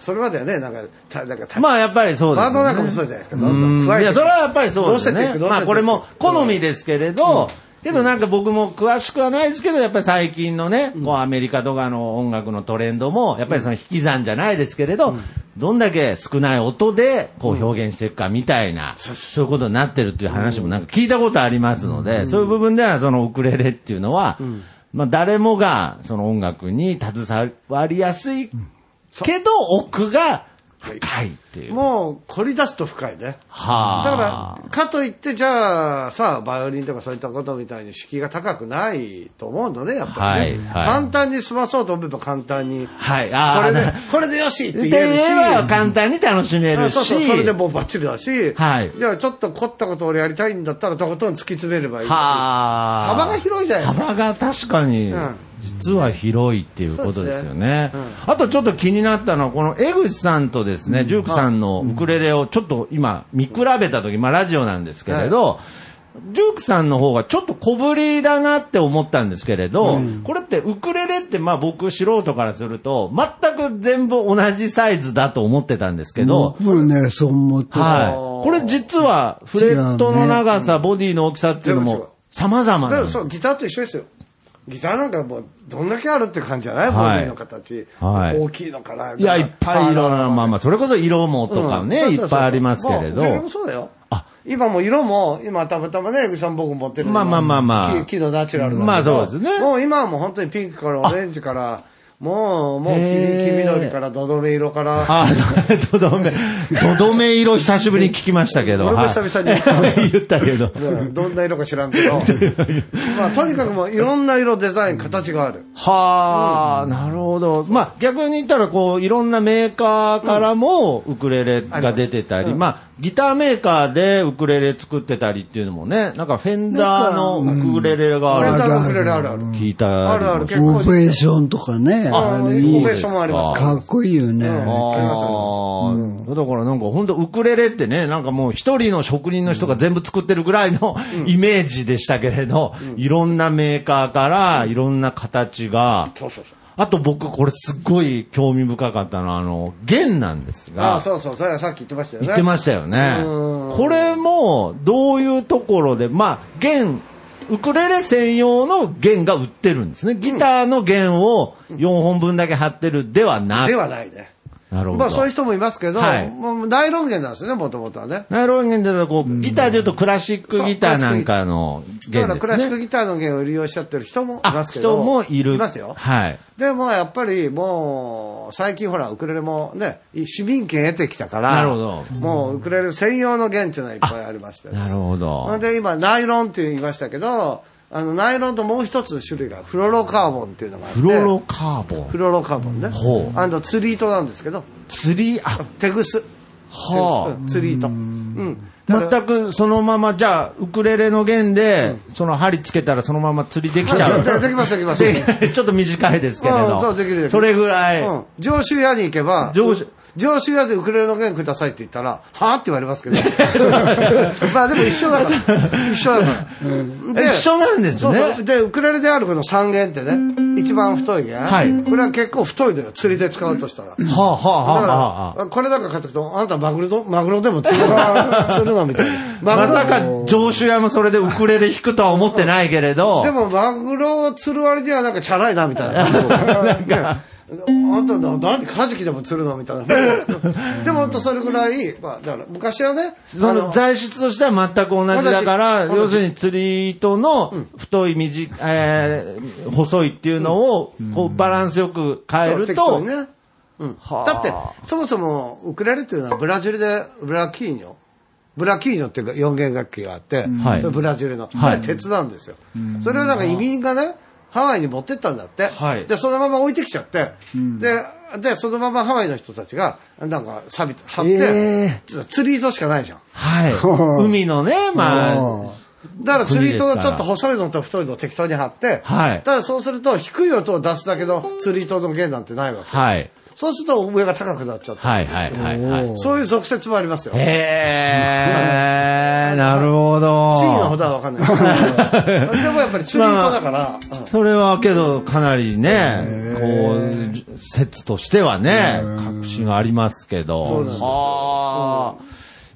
S6: それまではね、なんか、たなんかた、
S5: まあやっぱりそうですね。
S6: バンドなんかもそうじゃないですか。どんどん
S5: い
S6: 加えて
S5: や、
S6: いく
S5: それはやっぱりそうです
S6: どうしてっ
S5: ね。
S6: ていくどうしてっ
S5: ま
S6: ていく
S5: あ、これも好みですけれど、けどなんか僕も詳しくはないですけど、やっぱり最近のね、こうアメリカとかの音楽のトレンドも、やっぱりその引き算じゃないですけれど、どんだけ少ない音でこう表現していくかみたいな、そういうことになってるっていう話もなんか聞いたことありますので、そういう部分ではそのウクレレっていうのは、まあ誰もがその音楽に携わりやすいけど、奥が深いっていう。
S6: もう、凝り出すと深いね。
S5: は
S6: だ
S5: あ
S6: から、かといって、じゃあ、さあ、バイオリンとかそういったことみたいに敷居が高くないと思うので、やっぱりね、
S5: はいはい
S6: 簡単に済まそうと思えば簡単に、
S5: はいあー
S6: これで
S5: な、
S6: これでよしっ
S5: ってて
S6: 言えるし、
S5: 言えば簡単に楽しめ
S6: あ
S5: るし。
S6: そうそう、それでもうバッチリだし、
S5: はい
S6: じゃあちょっと凝ったことを俺やりたいんだったら、とことん突き詰めればいいし、
S5: はあ
S6: 幅が広いじゃないですか。
S5: 幅が確かに
S6: うん、
S5: 実は広いっていうことですよね
S6: そうですね。
S5: あとちょっと気になったのは、この江口さんとですね、ジュークさんのウクレレをちょっと今見比べたとき、まあラジオなんですけれど、ジュークさんの方がちょっと小ぶりだなって思ったんですけれど、これってウクレレってまあ僕素人からすると、全く全部同じサイズだと思ってたんですけど、
S4: 僕もね、そう思ってた。
S5: はい。これ実は、フレットの長さ、ボディの大きさっていうの
S6: 全部違う
S5: も、様々
S6: だか
S5: な
S6: ら
S5: ん
S6: そう、ギターと一緒ですよ。ギターなんかもう、どんだけあるって感じじゃない、
S5: はい
S6: ボディの形。
S5: はい
S6: 大きいのから。
S5: いや、いっぱい色々な、まあまあ、それこそ色もとかね、いっぱいありますけれ
S6: もう色
S5: ど
S6: も。そうだよ。
S5: あ
S6: 今もう色も、今たまたまね、江口さん僕持ってるの
S5: まあまあまあまあ
S6: 木木のナチュラルなんだけど
S5: まあそうですね
S6: もう今はもう本当にピンクからオレンジから、もう、もう、き
S5: へー
S6: 黄緑から、どどめ色から、
S5: あー、どどめ、どどめ色久しぶりに聞きましたけど。
S6: 俺も
S5: はい
S6: 久々に言っ
S5: 言ったけど。
S6: どんな色か知らんけ ど、まあ、とにかくもう、いろんな色、デザイン、形がある。
S5: はあ、なるほど。まあ逆に言ったら、こう、いろんなメーカーからもウクレレが出てたり、まあギターメーカーでウクレレ作ってたりっていうのもね、なんかフェンダーのウクレレが
S6: これ
S5: ある
S4: う
S5: と
S4: ん
S6: だ、くれるあるある。
S5: 聞いた
S6: あるある、結
S4: オ
S6: 構。
S4: ベーションとかね。
S6: あ
S4: あ
S6: の
S4: れ
S6: イ
S4: い
S6: ン
S4: い
S6: ベーションもあります。
S4: かっこいいよね。
S6: ありますありま
S5: あ
S6: す
S5: ーだからなんか本当ウクレレってね、なんかもう一人の職人の人が全部作ってるぐらいのイメージでしたけれど、いろんなメーカーからいろんな形が、
S6: そうそうそう。
S5: あと僕これすっごい興味深かったのは、あの、弦なんです
S6: あ
S5: が
S6: あ、、そうそう、それはさっき言ってましたよね。
S5: 言ってましたよね。
S6: うん
S5: これもどういうところで、まあ弦、ウクレレ専用の弦が売ってるんですね。ギターの弦を4本分だけ貼ってるではなく
S6: ではないね。
S5: なるほど。
S6: まあそういう人もいますけど、
S5: はい
S6: もう大論言なんですよね、もともとはね。
S5: ナイロン弦でこう、ギターで言うとクラシックギターなんかの
S6: だか
S5: 弦
S6: ら
S5: で
S6: クラシ
S5: す
S6: ッ
S5: ね。
S6: クギターの弦を利用しちゃってる人もい
S5: あ、
S6: ますけど。
S5: 人もいる。
S6: いますよ。
S5: はい。
S6: でもやっぱりもう、最近ほら、ウクレレもね、市民権得てきたから、
S5: なるほど
S6: もうウクレレ専用の弦っていうのはいっぱいありましたよ
S5: なるほ
S6: ほん
S5: ど。
S6: で今、ナイロンって言いましたけど、あの、ナイロンともう一つ種類がフロロカーボンっていうのがあって、
S5: フロロカーボ
S6: フ
S5: ン。
S6: ロロカーボンね。
S5: ほう
S6: あの、釣り糸なんですけど、
S5: 釣り、あ、
S6: テグス。
S5: は
S6: うん釣り糸。うん。
S5: あ。全くそのまま、じゃあ、ウクレレの弦で、その針つけたらそのまま釣りできちゃう。
S6: でできますできます
S5: でちょっと短いですけれ
S6: う
S5: ど。
S6: んそうできるできる
S5: それぐら
S6: う
S5: い。
S6: ん。上州屋に行けば、
S5: 上州
S6: 上州屋でウクレレの弦くださいって言ったら、はぁって言われます けど。まあでも一緒だから。一緒だから。で
S5: 一緒なんです
S6: そうそう。
S5: ね。
S6: で、ウクレレであるこの三弦ってね、一番太い弦。
S5: はい
S6: これは結構太いのよ。釣りで使うとしたら。
S5: はあ、はあ、
S6: だ
S5: はあ、はあ。
S6: から、これなんか買ってくと、あんたマグロと、マグロでも釣る な、釣るな、みたいな。
S5: まさ
S6: マグロ
S5: か、上州屋もそれでウクレレ弾くとは思ってないけれど。
S6: でも、マグロを釣る割にはなんかチャラいな、みたい な。ねあんたな、なんでカジキでも釣るのみたいな。でも、ほんとそれぐらい、まあ、だから、昔はね、
S5: そ
S6: あ
S5: の材質としては全く同じだから、
S6: 同じ
S5: 要するに釣り糸の太い、短い、えー細いっていうのを、こう、バランスよく変え
S6: そう
S5: る
S6: 適当
S5: と
S6: に、ね。うん
S5: はあ
S6: だって、そもそも、ウクレレっていうのはブラジルで、ブラキーニョ。ブラキーニョっていうか4弦楽器があって、
S5: はい
S6: それブラジルの。
S5: はい
S6: それ鉄なんですよ。それをなんか移民がね、ハワイに持ってったんだって。
S5: はい
S6: で、そのまま置いてきちゃって、で、で、そのままハワイの人たちが、なんか、錆びて、貼って、
S4: え
S6: ちょっと釣り糸しかないじゃん。
S5: はい。海のね、まあ、
S6: だから釣り糸をちょっ
S5: 海ですか
S6: と
S5: ら
S6: 細いのと太いのを適当に貼って、
S5: はい
S6: ただそうすると低い音を出すだけの釣り糸の弦なんてないわけ。
S5: はい。
S6: そうすると上が高くなっちゃって。
S5: はい、はい、はい、はい。
S6: そういう俗説もありますよ。
S5: へー、なるほど。
S6: 真意のほどは分 かんないです。でもやっぱり釣り糸だから、うん
S5: それはけど、かなりね、こう、説としてはね、確信がありますけど。そうなんです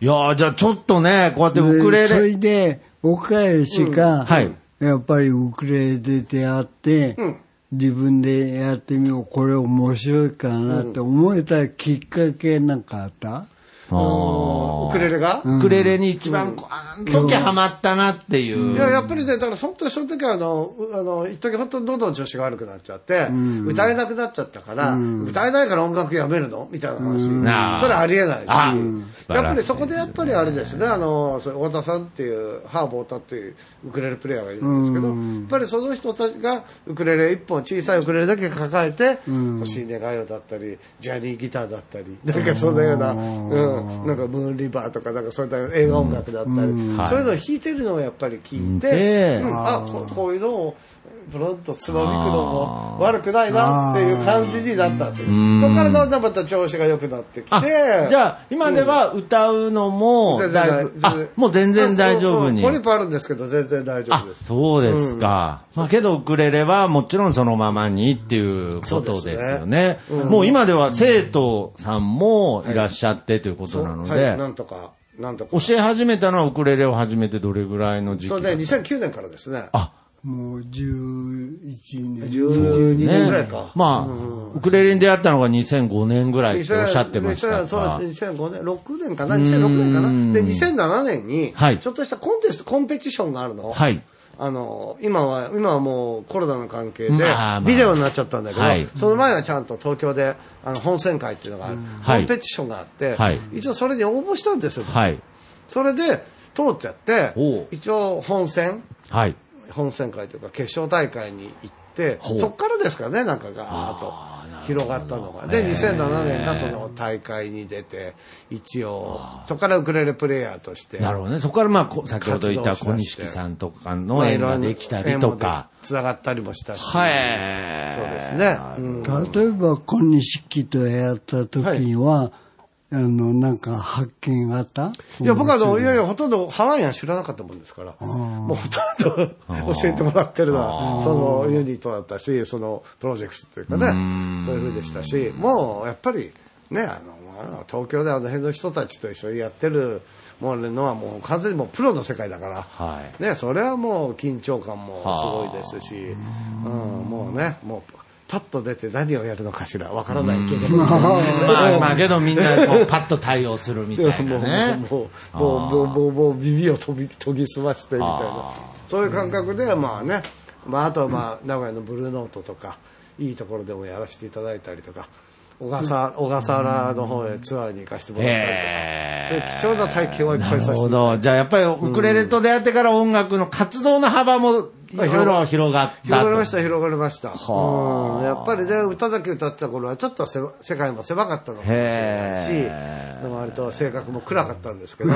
S5: いやーじゃあちょっとね、こうやってウクレ
S4: そ
S5: レ。
S4: れで、岡吉が、
S5: はい
S4: やっぱりウクレレで出会って、自分でやってみよう、これ面白いかなって思えたきっかけなんかあった、
S6: ウクレレが。
S5: ウクレレに一番、こうあの時ハマったなっていう。
S6: いや、やっぱりね、だから本当にその時はあの、うあの、一時本当にどんどん調子が悪くなっちゃって、歌えなくなっちゃったから、歌えないから音楽やめるのみたいな話。
S5: なあ
S6: それありえないし
S5: あ素晴らしい
S6: やっぱりそこでやっぱりあれですね、あの、そう太田さんっていう、ハーブ太田っていうウクレレプレイヤーがいるんですけど、やっぱりその人たちがウクレレ一本、小さいウクレレだけ抱えて、欲しい願いをだったり、ジャニーギターだったり、 なんかそんなような、うん、なんかムーンリバーとか、なんかそういった映画音楽だったり、そういうのを弾いてるのをやっぱり聞いて、
S5: で
S6: うんあここういうのをブロンとつまみくのも悪くないなっていう感じになったんですよそこからだんだんまた調子が良くなってき
S5: あ
S6: て
S5: じゃあ、今では歌うのも、
S6: 全然
S5: だいぶあ、もう全然大丈夫に
S6: ポ。リプあるんですけど全然大丈
S5: あ
S6: 夫です、
S5: そうですか。まあけど、ウクレレはもちろんそのままにっていうことですよね。もう今では生徒さんもいらっしゃってということなの
S6: はい、な
S5: で、
S6: んとかなんとか
S5: 教え始めたのはウクレレを始めてどれぐらいの時期
S6: それで2009年からですね
S5: あ、
S4: もう11年。
S6: 12年ぐらいか、
S5: まあ、ウクレレに出会ったのが2005年ぐらいっておっしゃってました
S6: そう
S5: か。
S6: です2005年6年かな2006年かなで2007年に
S5: はい
S6: ちょっとしたコンテストコンペティションがあるの、
S5: はい。
S6: あの今は今はもうコロナの関係で
S5: まあまあ
S6: ビデオになっちゃったんだけど、
S5: はい
S6: その前はちゃんと東京であの本選会っていうのがある、コンペティションがあって、
S5: はい
S6: 一応それに応募したんですよ、
S5: はい。
S6: それで通っちゃって
S5: おう
S6: 一応本選
S5: はい。
S6: 本選会というか決勝大会に行って
S5: ほう
S6: そこからですからねなんかが
S5: あ
S6: あ
S5: ーなるほど
S6: と広がったのがで2007年がその大会に出て一応そこからウクレレプレイヤーとして
S5: なるほどね。そこからまあ、こ先ほど言った
S6: 活動
S5: 小
S6: しまして
S5: 錦さんとかの縁ができたりとか。
S6: つながったりもしたし
S5: はい。
S6: そうですね、うん
S4: 例えば小錦とやった時は、あのなんか発見があった
S6: いや、僕はあの、いやいや、ほとんどハワイアン知らなかったもんですから、もうほとんど教えてもらってるのは、そのユニットだったし、そのプロジェクトというかね、そういうふうでしたし、もうやっぱり、ね、あの、まあ東京であの辺の人たちと一緒にやってるもうのはもう完全にもうプロの世界だから、
S5: はい
S6: ね、それはもう緊張感もすごいですし、うん、もうね、もう、パッと出て何をやるのかしら、わからないけど。
S5: まあ、まあ、けどみんなこうパッと対応するみたいなね。
S6: もうもうもうもうもうもう耳を研ぎ研ぎ澄ましてみたいな
S5: あ
S6: そういう感覚でまあね、まあ、あとはまあ名古屋のブルーノートとかいいところでもやらせていただいたりとか小笠小笠原の方へツアーに行かせてもらったり
S5: へ
S6: とかそういう貴重な体験をいっぱ
S5: な
S6: いさ
S5: る
S6: せて
S5: ほ
S6: もらっ
S5: ど。じゃあやっぱりウクレレと出会ってから音楽の活動の幅もいろいろ広がったと。
S6: た広がりました広がりましたうんやっぱりね歌だけ歌ってた頃はちょっとせ世界も狭かったのかもしれないしでも割と性格も暗かったんですけど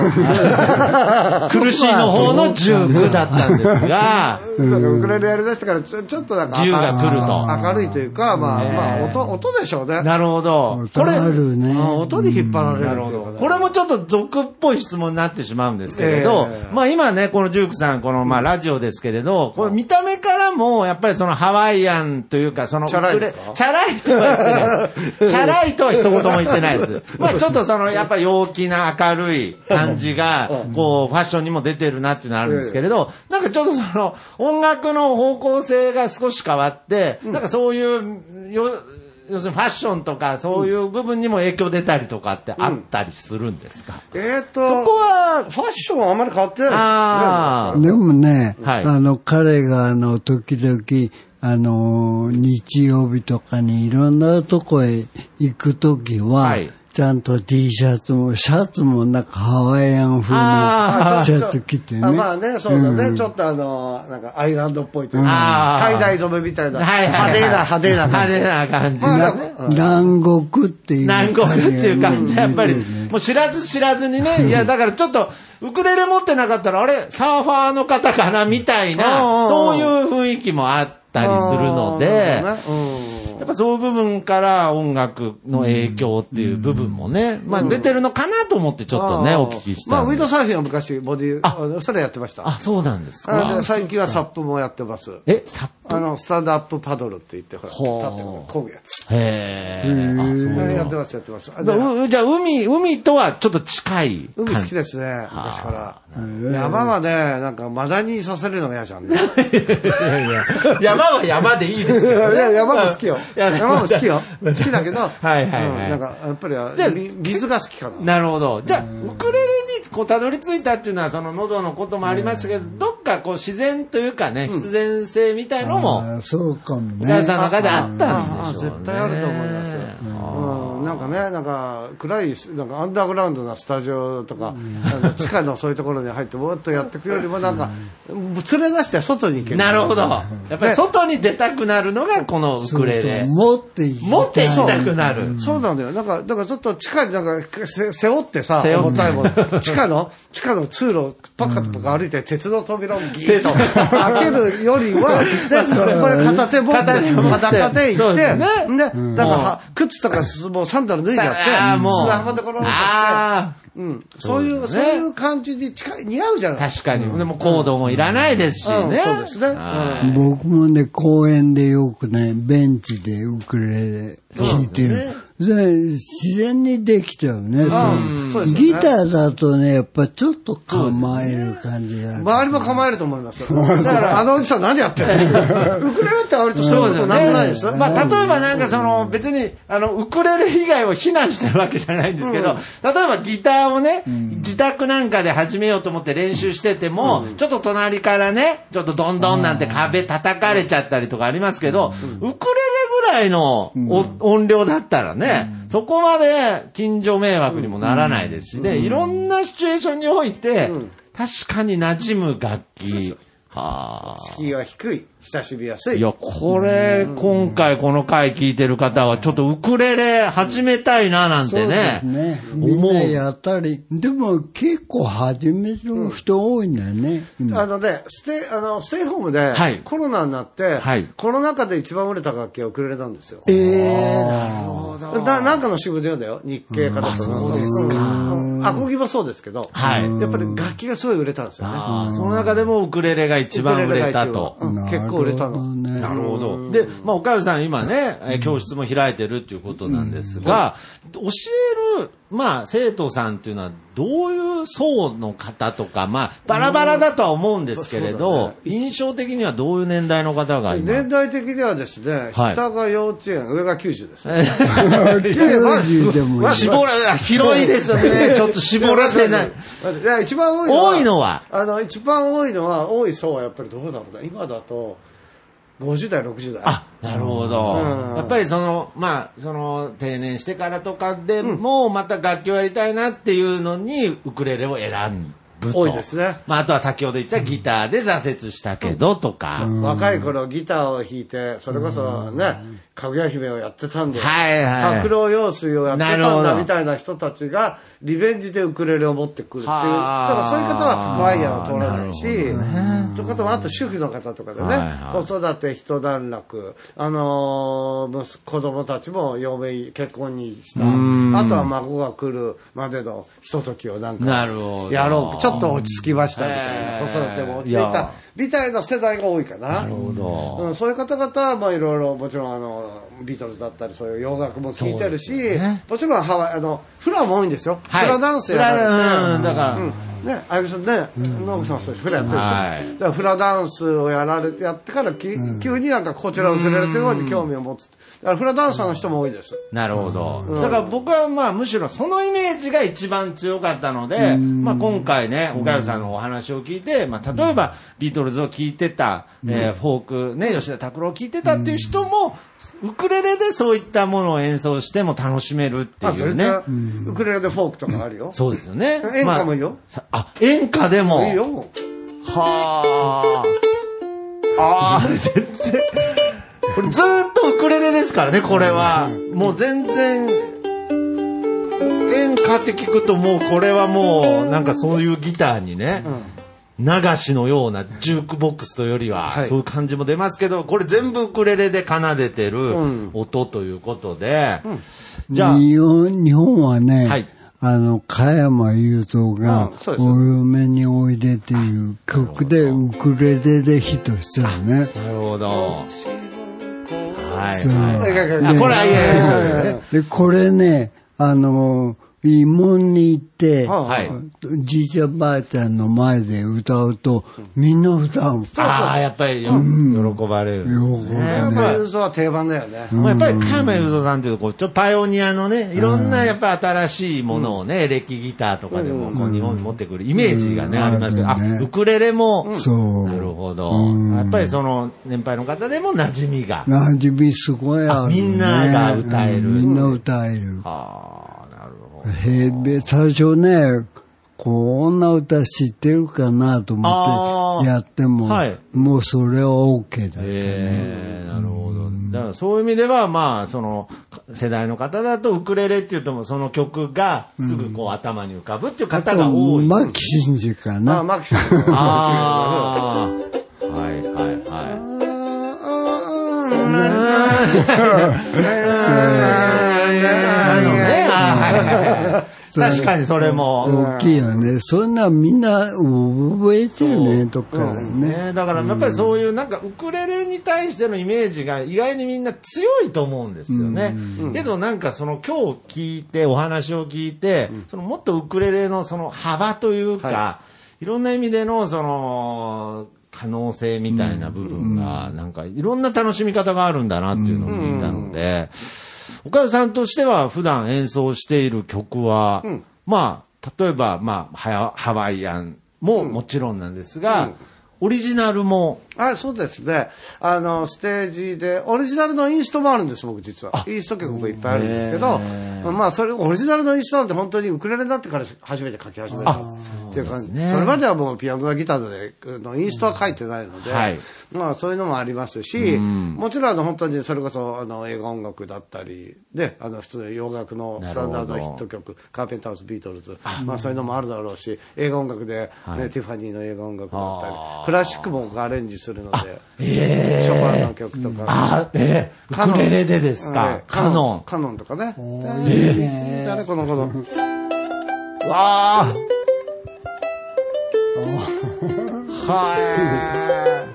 S5: 苦しいの方の19だったんですが、
S6: なんかウクレレやりだしてからちょちょっとなんか明る
S5: 自由が来ると
S6: 明るいというか、まあ、まあ音、音でしょう ね。
S5: なるほど。これ、
S4: あるね
S6: うん音に引っ張ら
S5: な
S6: れ
S5: る
S6: る
S5: ほ
S6: というか
S5: ど。
S6: ね。
S5: これもちょっと俗っぽい質問になってしまうんですけれど、
S6: ええ
S5: まあ今ね、このジュークさん、このまあラジオですけれど、これ見た目からも、やっぱりそのハワイアンというか、その、
S6: チャラいですか
S5: ウクレチャラいとは言ってな い。チャラいとは一言も言ってないです。まあちょっとその、やっぱ陽気な明るい感じが、こう、ファッションにも出てるなっていうのはあるんですけれど、なんかちょっとその、音楽の方向性が少し変わって、なんかそういう、よ要するにファッションとかそういう部分にも影響出たりとかってあったりするんですか、
S6: えっ、と、
S5: そこは
S6: ファッションはあまり変わってないですね。
S5: あー
S4: でもね、
S5: はい
S4: あの彼があの時々あの日曜日とかにいろんなとこへ行く時は、
S5: はい
S4: ちゃんと T シャツもシャツもなんかハワイアン風
S5: あ
S4: の
S5: ー
S4: シャツ着てね。
S6: あまあね、そうだね、
S4: ん
S6: ちょっとあの、なんかアイランドっぽいという
S5: あ
S6: か、
S5: ー
S6: 海外染めみたいな、
S5: はいはいはい
S6: 派手な派手な
S5: 派
S6: 感じ。
S5: 手な感じ。
S6: まあ
S4: な南国っていう
S5: 南国っていう感じ、やっぱり、
S4: う
S5: もう知らず知らずにね、いや、だからちょっと、ウクレレ持ってなかったら、あれ、サーファーの方かな、みたいな、
S6: あー
S5: そういう雰囲気もあったりするので、
S6: あーなるほどねうん
S5: やっぱそういう部分から音楽の影響っていう部分もね、まあ出てるのかなと思ってちょっとね、
S6: あー
S5: お聞きし
S6: まあ、
S5: たん
S6: ウィ
S5: で
S6: ンドサーフィンは昔、ボディ、あのそれやってました。
S5: あ、そうなんです
S6: あ
S5: か
S6: で。最近はサップもやってます。
S5: え、サップ
S6: あの、スタンドアップパドルって言って、ほら、立
S5: ほう
S6: ってこう漕ぐやつ。
S5: へえ。あ、そうなんだ
S6: やってます、やってます。あ
S5: だ
S6: で
S5: うじゃあ、海、海とはちょっと近い感
S6: 海
S5: じ。
S6: 好きですね、昔から。山はね、なんかマダニに刺されるのが嫌じゃんね。
S5: 山は山 でいいですけ
S6: い
S5: どね。
S6: や山も好きよ。
S5: いや
S6: 山も好きよ。好きだけど、
S5: はいはいはい
S6: うんなんか、やっぱり
S5: じゃあ、
S6: 水水が好きかな。
S5: なるほど。じゃあ、ウクレレにこうたどり着いたっていうのは、その喉のこともありますけど、どっかこう自然というかね、必然性みたいのも、
S4: あそうかも
S5: お母
S4: ね。
S5: さんの中であっ
S6: あ
S5: たん
S6: あ
S5: でしょうね。
S6: 絶対あると思いますようん、なんかね、なんか暗い、なんかアンダーグラウンドなスタジオとか、あの地下のそういうところに入って、ぼーっとやっていくよりも、なんか、連れ出して外に行ける。
S5: なるほど。やっぱり外に出たくなるのが、このウクレレ。
S4: 持っていきたい
S5: 持って行きたくなる。
S6: そうなんだよ。なんか、だからちょっと地下になんか、せ背負ってさ、
S5: 背負って
S6: 重たいもの。地下の、地下の通路をパカパカ歩いて、鉄の扉をギーッと開けるよ りは、で、これ片手持って、
S5: 片手持って
S6: 裸で行
S5: そう
S6: っ
S5: です
S6: て、
S5: ね
S6: ね、だから、靴とかもうサンダル脱いじゃって、
S5: あーもう
S6: 砂浜で転がして、
S5: あ
S6: うん。そういう、
S5: そ
S6: そうう
S5: ですね
S6: いう感じに近い、似合うじゃ
S5: あ、
S6: ない
S5: 確かに。でもコードもいらないですし
S6: うん
S5: ね。
S6: そうですねうん
S5: はい
S4: 僕もね、公園でよくね、ベンチでウクレレ弾いてる。でそれ自然にできちゃうね。
S6: うん
S4: そ
S6: そううですよね
S4: ギターだとね、やっぱちょっと構える感じがある。
S6: 周りも構えると思い ますよ。だから、あのおじさん何や ってんのウクレレって割とそういうことなんもないですよ。
S5: まあ、例えばなんかその、別に、あの、ウクレレ以外を非難してるわけじゃないんですけど、例えばギターをね、自宅なんかで始めようと思って練習してても、ちょっと隣からね、ちょっとどんどんなんて壁叩かれちゃったりとかありますけど、ウクレレぐらいのお音量だったらね、そこまで近所迷惑にもならないですしね、いろんなシチュエーションにおいて、確かに馴染む楽器。はあ。
S6: 敷居は低い、親しみやすい。
S5: いや、これ、今回この回聞いてる方は、ちょっとウクレレ始めたいななんてね。
S4: ね。
S5: 思う
S4: みんなやったり。でも結構始める人多いんだよね。
S6: あ
S4: 今
S6: のね、ステイ、あの、ステイホームで、
S5: はい
S6: コロナになって、
S5: はい
S6: コロナ禍で一番売れた楽器はウクレレなんですよ。
S4: ええ
S6: だなんかの支部で読んだよ。日経かなんかの。そうですか。アコギもそうですけど、
S5: はい
S6: やっぱり楽器がすごい売れたんですよね。
S5: あーその中でもウクレレが一番売れたと。
S6: うん結構売れたの。
S4: なるほどね
S5: なるほど。で、まあ、岡部さん今ね、えー教室も開いてるっていうことなんですが、教える、まあ、生徒さんっていうのは、どういう層の方とか、まあ、バラバラだとは思うんですけれ
S6: そうだ
S5: ど
S6: ね、
S5: 印象的にはどういう年代の方が今。
S6: 年代的にはですね、
S5: はい
S6: 下が幼稚園、上が90で す。
S4: 90でもいい。
S5: 絞ら、広いですよ ね。ちょっと絞られてない。
S6: いや、一番多いのは、
S5: 多いのは
S6: あの、一番多いのは、多い層はやっぱりどうだろうな。今だと、50代、60代。
S5: あ、なるほど。
S6: うん
S5: やっぱりその、まあ、その、定年してからとかでも、また楽器をやりたいなっていうのに、ウクレレを選ぶと。
S6: 多いですね
S5: まあ、あとは先ほど言ったギターで挫折したけどとか。
S6: 若い頃ギターを弾いて、それこそね、かぐや姫をやってたんで、
S5: はいはい
S6: 拓郎用水をやって
S5: なる
S6: た
S5: ほ
S6: ん
S5: ど
S6: だみたいな人たちが、リベンジでウクレレを持ってくるっていう、だか
S5: はあ
S6: らそういう方はワイヤーを取らないし、と
S5: なる
S6: いうこともあと主婦の方とかでね、
S5: はいはい
S6: 子育て一段落、あのー息子供たちも嫁に結婚にした、あとは孫が来るまでのひとときをなん
S5: な
S6: か
S5: るほど
S6: やろう、ちょっと落ち着きましたみたいな、
S5: へー
S6: 子育ても落ち着い
S5: いや
S6: た。みたいな世代が多いかな。なるほ
S5: ど
S6: うん、そういう方々は、まあいろいろ、もちろんあの、ビートルズだったり、そういう洋楽も聴いてるし、もちろんハワイ、あの、フラも多いんですよ。
S5: はい
S6: フラダンスやられて
S5: フラうんだから
S6: うんね、あゆみさんね、ノブさんはそうですフラやってるでしょ。
S5: はい
S6: だからフラダンスをやられて、やってからき、急になんかこちらをくれるという方に興味を持つ。だからフラダンサーの人も多いです。
S5: なるほど。だから僕はまあむしろそのイメージが一番強かったので、まあ今回ね、岡山さんのお話を聞いて、まあ例えばビートルズを聴いてた、えーフォーク、ね、吉田拓郎を聴いてたっていう人も、ウクレレでそういったものを演奏しても楽しめるって
S6: あ、
S5: い
S6: そうれ
S5: ね
S6: ね。。ウクレレでフォークとかあるよ。
S5: そうですよね。
S6: 演歌もいいよ
S5: まあさあ、演歌でも。
S6: いいよ。
S5: はあ。 ああ、 全然。これずーっとウクレレですからね、これは。もう全然、演歌って聞くともうこれはもう、なんかそういうギターにね、流しのようなジュークボックスとよりは、
S6: はい
S5: そういう感じも出ますけど、これ全部ウクレレで奏でてる
S6: ん
S5: 音ということで、じゃあ、
S4: 日本日本はね、
S5: はい
S4: あの、加山雄三が
S6: うんそう、で
S4: お
S6: す
S4: 嫁においでっていう曲でウクレレでヒットしたのね。
S5: なるほど。はい
S4: そう
S5: はい。
S6: いやいやい
S5: あ、
S6: や
S5: これはいやいやいや
S4: で、これね、あの、慰問に行って、
S5: はい
S4: じいちゃんばあちゃんの前で歌うと、みんな歌う。
S5: ああ、やっぱりよ、喜ばれる。
S6: やっ
S5: ね
S6: ぱり嘘は定番だよね。
S5: まあ、やっぱり加山雄三さんっていうとこう、ちょっとパイオニアのね、いろんなやっぱ新しいものをね、エレキギターとかでもこう日本に持ってくるイメージがね、
S4: うん
S5: ありますけど、
S4: あ
S5: あ
S4: るね、
S5: ウクレレも、
S4: そう
S5: なるほど
S4: う。ん
S5: やっぱりその年配の方でも馴染みが。
S4: なじみすごいある、ね。
S5: あみんなが歌える
S4: うんみんな歌える。
S5: ああ、なるほど。
S4: へえ、最初ね、こんな歌知ってるかなと思って
S5: あー
S4: やっても、
S5: はい
S4: もうそれは OK だったね。
S5: ええなるほど。だからそういう意味では、まあ、その、世代の方だとウクレレっていうともうその曲がすぐこう頭に浮かぶっていう
S4: あ
S5: 方
S4: と
S5: が多い。
S4: マキシンジか
S6: まあ、
S4: な。
S6: マキシム。
S5: ああ。はいはい はい。
S6: あ
S5: あのね、あーはいはいはい。確かにそれも。
S4: 大きいよね。そんなみんな覚えてるね、どっからね。
S5: ねだからやっぱりそういうなんかウクレレに対してのイメージが意外にみんな強いと思うんですよね。けどなんかその今日聞いてお話を聞いて、そのもっとウクレレのその幅というか、い、ろんな意味でのその可能性みたいな部分が、なんかいろんな楽しみ方があるんだなっていうのを聞いたので、岡田さんとしては普段演奏している曲は、
S6: うん
S5: まあ、例えば、まあ、ハハワイアンももちろんなんですが、
S6: うん
S5: オリジナルも、
S6: あそうですね。あの、ステージで、オリジナルのインストもあるんです、僕実は。インスト曲もいっぱいあるんですけど、まあ、それ、オリジナルのインストなんて本当にウクレレになってから初めて書き始めたってい
S5: そ
S6: う感じ。そ
S5: で
S6: う
S5: すね
S6: れまではもうピアノやギターで、あのインストは書いてないので、
S5: はい
S6: まあ、そういうのもありますし、もちろん、あの、本当にそれこそ、あの、映画音楽だったり、で、あの、普通の洋楽のスタンダードヒット曲、カーペンターズ、ビートルズ、まあ、そういうのもあるだろうし、映画音楽で、ね
S5: はい
S6: ティファニーの映画音楽だったり
S5: あー、
S6: クラシックもアレンジするので、
S5: ええ
S6: ショパンの曲とか、
S5: あ、ええ
S6: カノン
S5: ウクレレでです
S6: は
S5: か
S6: い、
S5: カノン。
S6: カノンとかね。
S4: いいね
S6: 誰この子の。
S5: わあは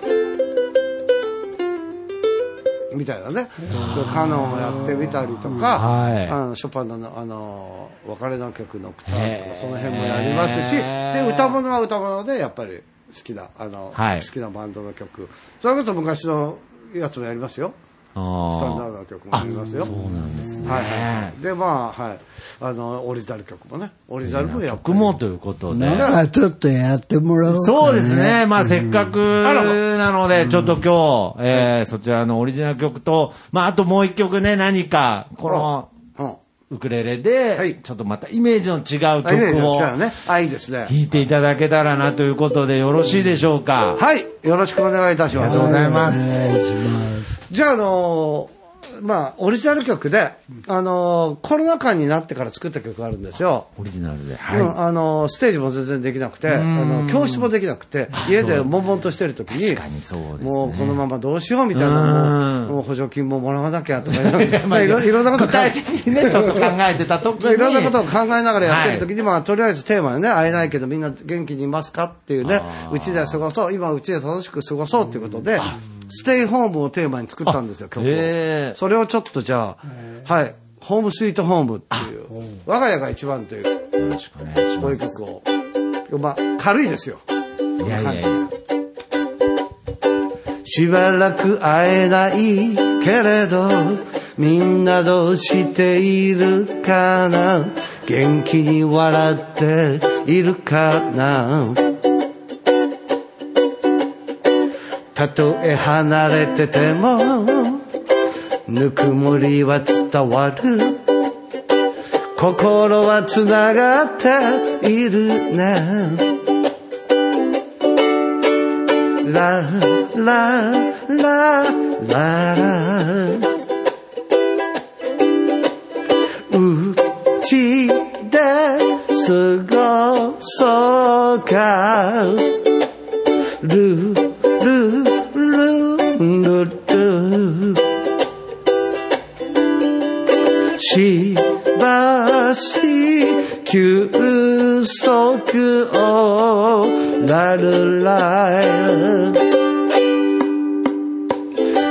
S5: い。
S6: みたいなね。そうカノンをやってみたりとか、
S5: はい
S6: あのショパンの、あの、別れの曲の歌と
S5: へー
S6: か、その辺もやりますし、で、歌物は歌物で、やっぱり好きな、あの、
S5: はい
S6: 好きなバンドの曲。それこそ昔のやつもやりますよ。
S5: あ
S6: スタンダー
S5: ー
S6: ドの曲もありますよ。
S5: そうなんですね。
S6: はいはい。で、まあ、はい。あの、オリジナル曲もね。オリジナルもやっぱ
S5: 曲
S6: り
S5: もということで。
S4: だからちょっとやってもらおうかね。
S5: そうですね。まあ、せっかくなので、ちょっと今日、えーそちらのオリジナル曲と、まあ、あともう一曲ね、何か、この、
S6: うん。
S5: ウクレレ
S6: は
S5: で
S6: い、
S5: ちょっとまたイメージの違う
S6: あ、イメージ
S5: 曲を
S6: が違
S5: 弾
S6: うね。あ、いいですね。
S5: いていただけたらなということでよろしいでしょうか。
S6: はい。よろしくお願いいたします。ありがとうございま
S4: お
S6: す。
S4: 願いします。
S6: じゃあ、あのーまあ、オリジナル曲で、あのーコロナ禍になってから作った曲があるんですよ。
S5: オリジナルで。
S6: う
S5: は
S6: んあのーステージも全然できなくて、あの教室もできなくて、家で悶々としてる時に、
S5: 確かにそうですね
S6: もうこのままどうしようみたいな、
S5: うん
S6: もうもう補助金ももらわなきゃとか、
S5: い。まあ
S6: いろいろんなこと
S5: 具体的にね、ちょっと考えてた時
S6: まあ
S5: に。
S6: いろんなことを考えながらやってる時に、まあ、とりあえずテーマでね、会えないけどみんな元気にいますかっていうね、うちで過ごそう、今うちで楽しく過ごそうということで、ステイホームをテーマに作ったんですよ、曲を
S5: へー。
S6: それをちょっとじゃあ、はい、ホームスイートホームっていう、我が家が一番という、
S5: よろしくお願いし
S6: こういう曲を。まあ、軽いですよ。
S5: ます。いやいやいや。
S6: しばらく会えないけれど、みんなどうしているかな元気に笑っているかなたとえ離れてても、ぬくもりは伝わる。心は繋がっているね。ラララララうちで過ごそうかルルルルルしばし休息をラルラ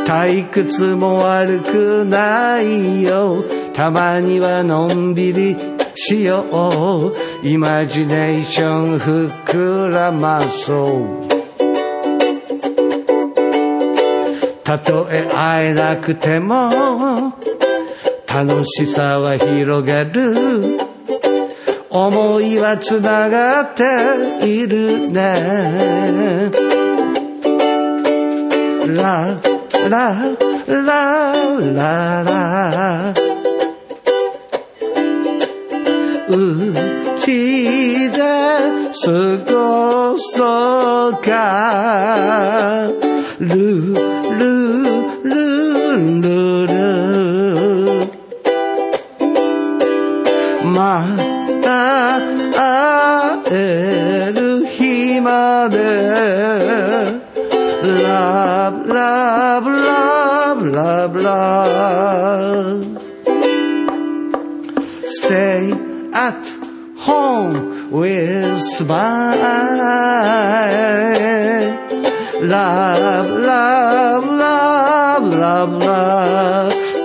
S6: 退屈も悪くないよたまにはのんびりしようイマジネーション膨らまそうたとえ会えなくても楽しさは広がる思いはつながっているねラララララうちで過ごそうかルルルルルまた会える日までラブラブラブラブラブ Stay at
S3: home with smile. Love, love, love, love, love,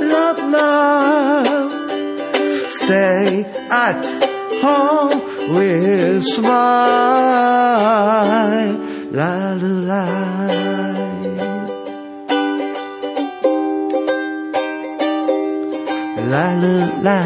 S3: love, love. Stay at home with smile. La, la, la. la la la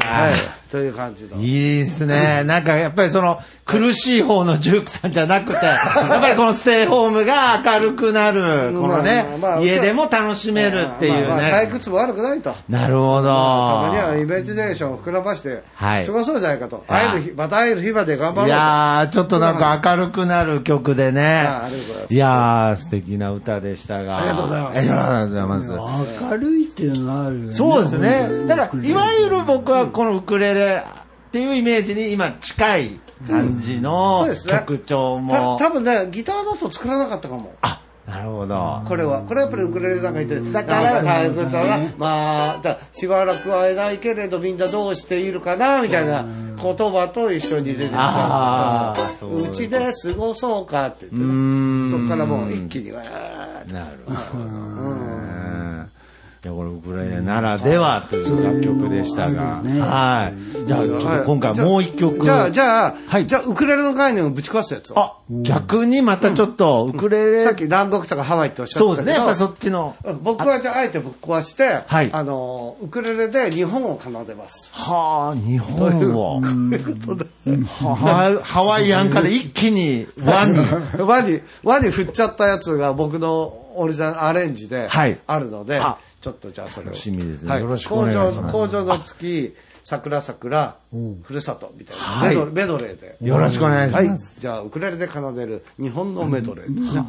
S6: はい。という感じの。
S5: いいですね。なんかやっぱりその苦しい方のジュークさんじゃな くて、やっぱりこのステイホームが明るくなる、このね
S6: まあまあま、あ
S5: 家でも楽しめるっていう
S6: まあまあ退
S5: ね。
S6: 屈も悪くないと。
S5: なるほ
S6: たまには
S5: ど。
S6: イメージネーションを膨らまして、
S5: はい
S6: 過ごそうじゃないかと。
S5: は
S6: 会
S5: い
S6: える日、また会える日まで頑張ろう
S5: い
S6: と。
S5: やー、ちょっとなんか明るくなる曲でね
S6: あありがとうございま。す
S5: いやー、素敵な歌でしたが。ありがとうございます。ありがとうございます。
S4: 明るいっていうのがあるよね
S5: そうですね。だ
S4: ウ
S5: か
S4: ク
S5: ら、
S4: レ
S5: い
S4: レ
S5: わゆる僕はこのウクレレっていうイメージに今近い感じの
S6: そうですね
S5: 曲調
S6: た
S5: も。
S6: 多分ね、ギターだと作らなかったかも。
S5: あ、なるほど。
S6: これは。これはやっぱりウクレレなんかいて、だ
S5: から
S6: 退屈だな。まあ、だしばらく会えないけれど、みんなどうしているかな、みたいな言葉と一緒に出てき
S5: あ
S6: た
S5: あ。そうう
S6: ちで過ごそうかって言って
S5: う
S6: ね、
S5: ん
S6: そこからもう一気にわーって。
S5: なるほどね。じゃあこれウクレレならではという楽曲でしたが。
S4: そういうの
S5: はい。じゃあちょっと今回
S6: はい
S5: もう一曲。
S6: じゃあ、じゃあ、
S5: はい
S6: じゃあ、ウクレレの概念をぶち壊すやつを。
S5: あ、逆にまたちょっとウクレレ。
S6: さっき南国とかハワイっておっしゃって
S5: そ
S6: た
S5: う
S6: け
S5: です
S6: ど
S5: ね。やっぱそっちの。
S6: 僕はじゃあ、あえてぶっ壊して、
S5: はい
S6: あの、ウクレレで日本を奏 でます。
S5: はあ、日本を。はハワイアンから一気にワンに。
S6: 輪に、輪に振っちゃったやつが僕のオリジナルアレンジで、
S5: はい
S6: あるので
S5: あ、
S6: ちょっとじゃあそれを。
S5: 楽しみですね
S6: はい
S5: よろしくお願いします
S6: 工場工場の月、桜桜、ふるさとみたいな、
S5: はい
S6: メドメドレーで。
S5: よろしくお願いし
S6: はい
S5: ます。。
S6: じゃあ、ウクレレで奏でる日本のメドレーですね。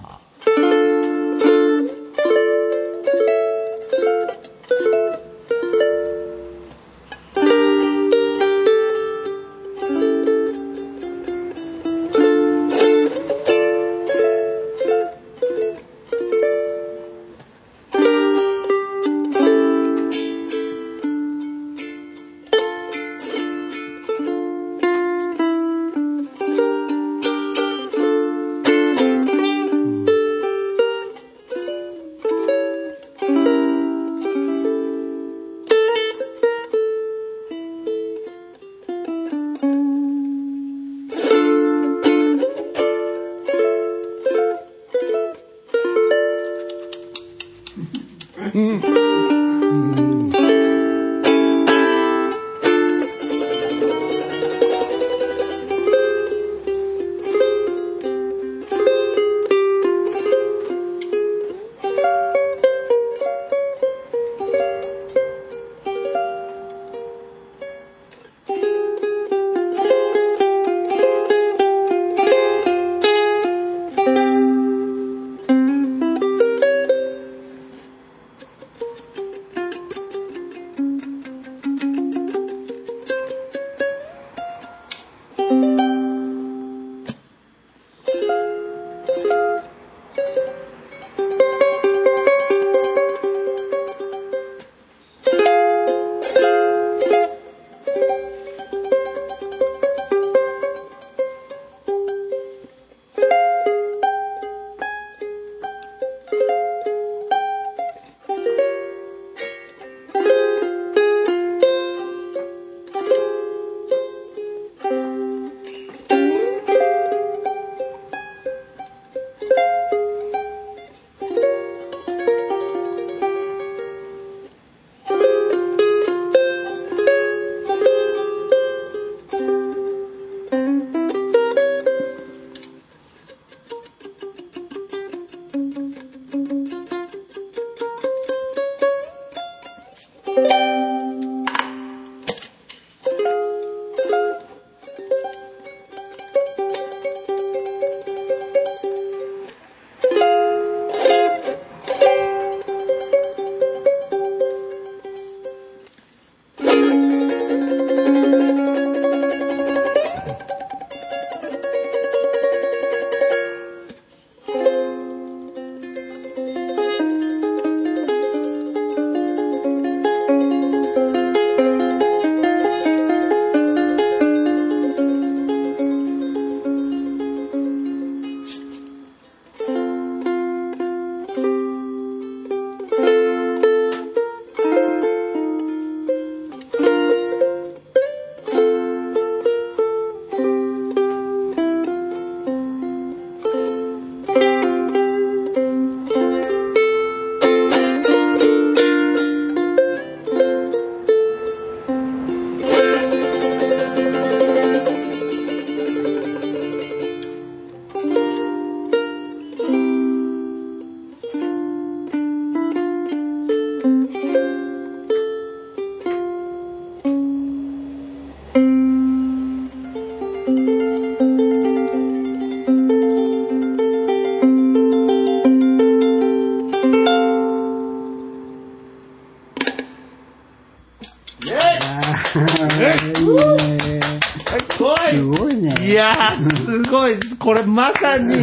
S5: やー、すごい、これまさに、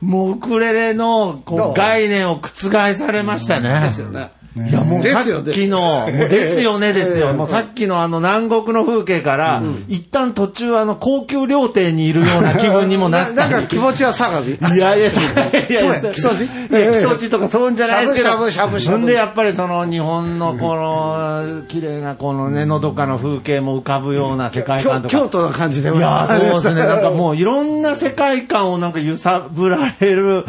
S5: もうウクレレのこ
S6: ど
S5: う
S6: う
S5: 概念を覆されましたね。ですよね。いや、もう
S6: で
S5: さ
S6: すよ
S5: っ
S6: ね
S5: きの、もうですよねですよ。もうさっきのあの南国の風景から、一旦途中あの高級料亭にいるような気分にもな
S6: な
S5: っ
S6: な
S5: た
S6: ん
S5: り。
S6: か気持ちは相模。
S5: いや いや、さいや
S6: ごめん基礎地
S5: いや基礎地とかそういうんじゃないですけど。
S6: しゃぶしゃぶしゃぶしゃぶ
S5: ほんで、やっぱりその日本のこの、綺麗なこのね、のどかな風景も浮かぶような世界観と
S6: 京
S5: か。
S6: 京都な感じで
S5: いやーそうですね。なんか
S6: う。
S5: もういろんな世界観をなんか揺さぶられる、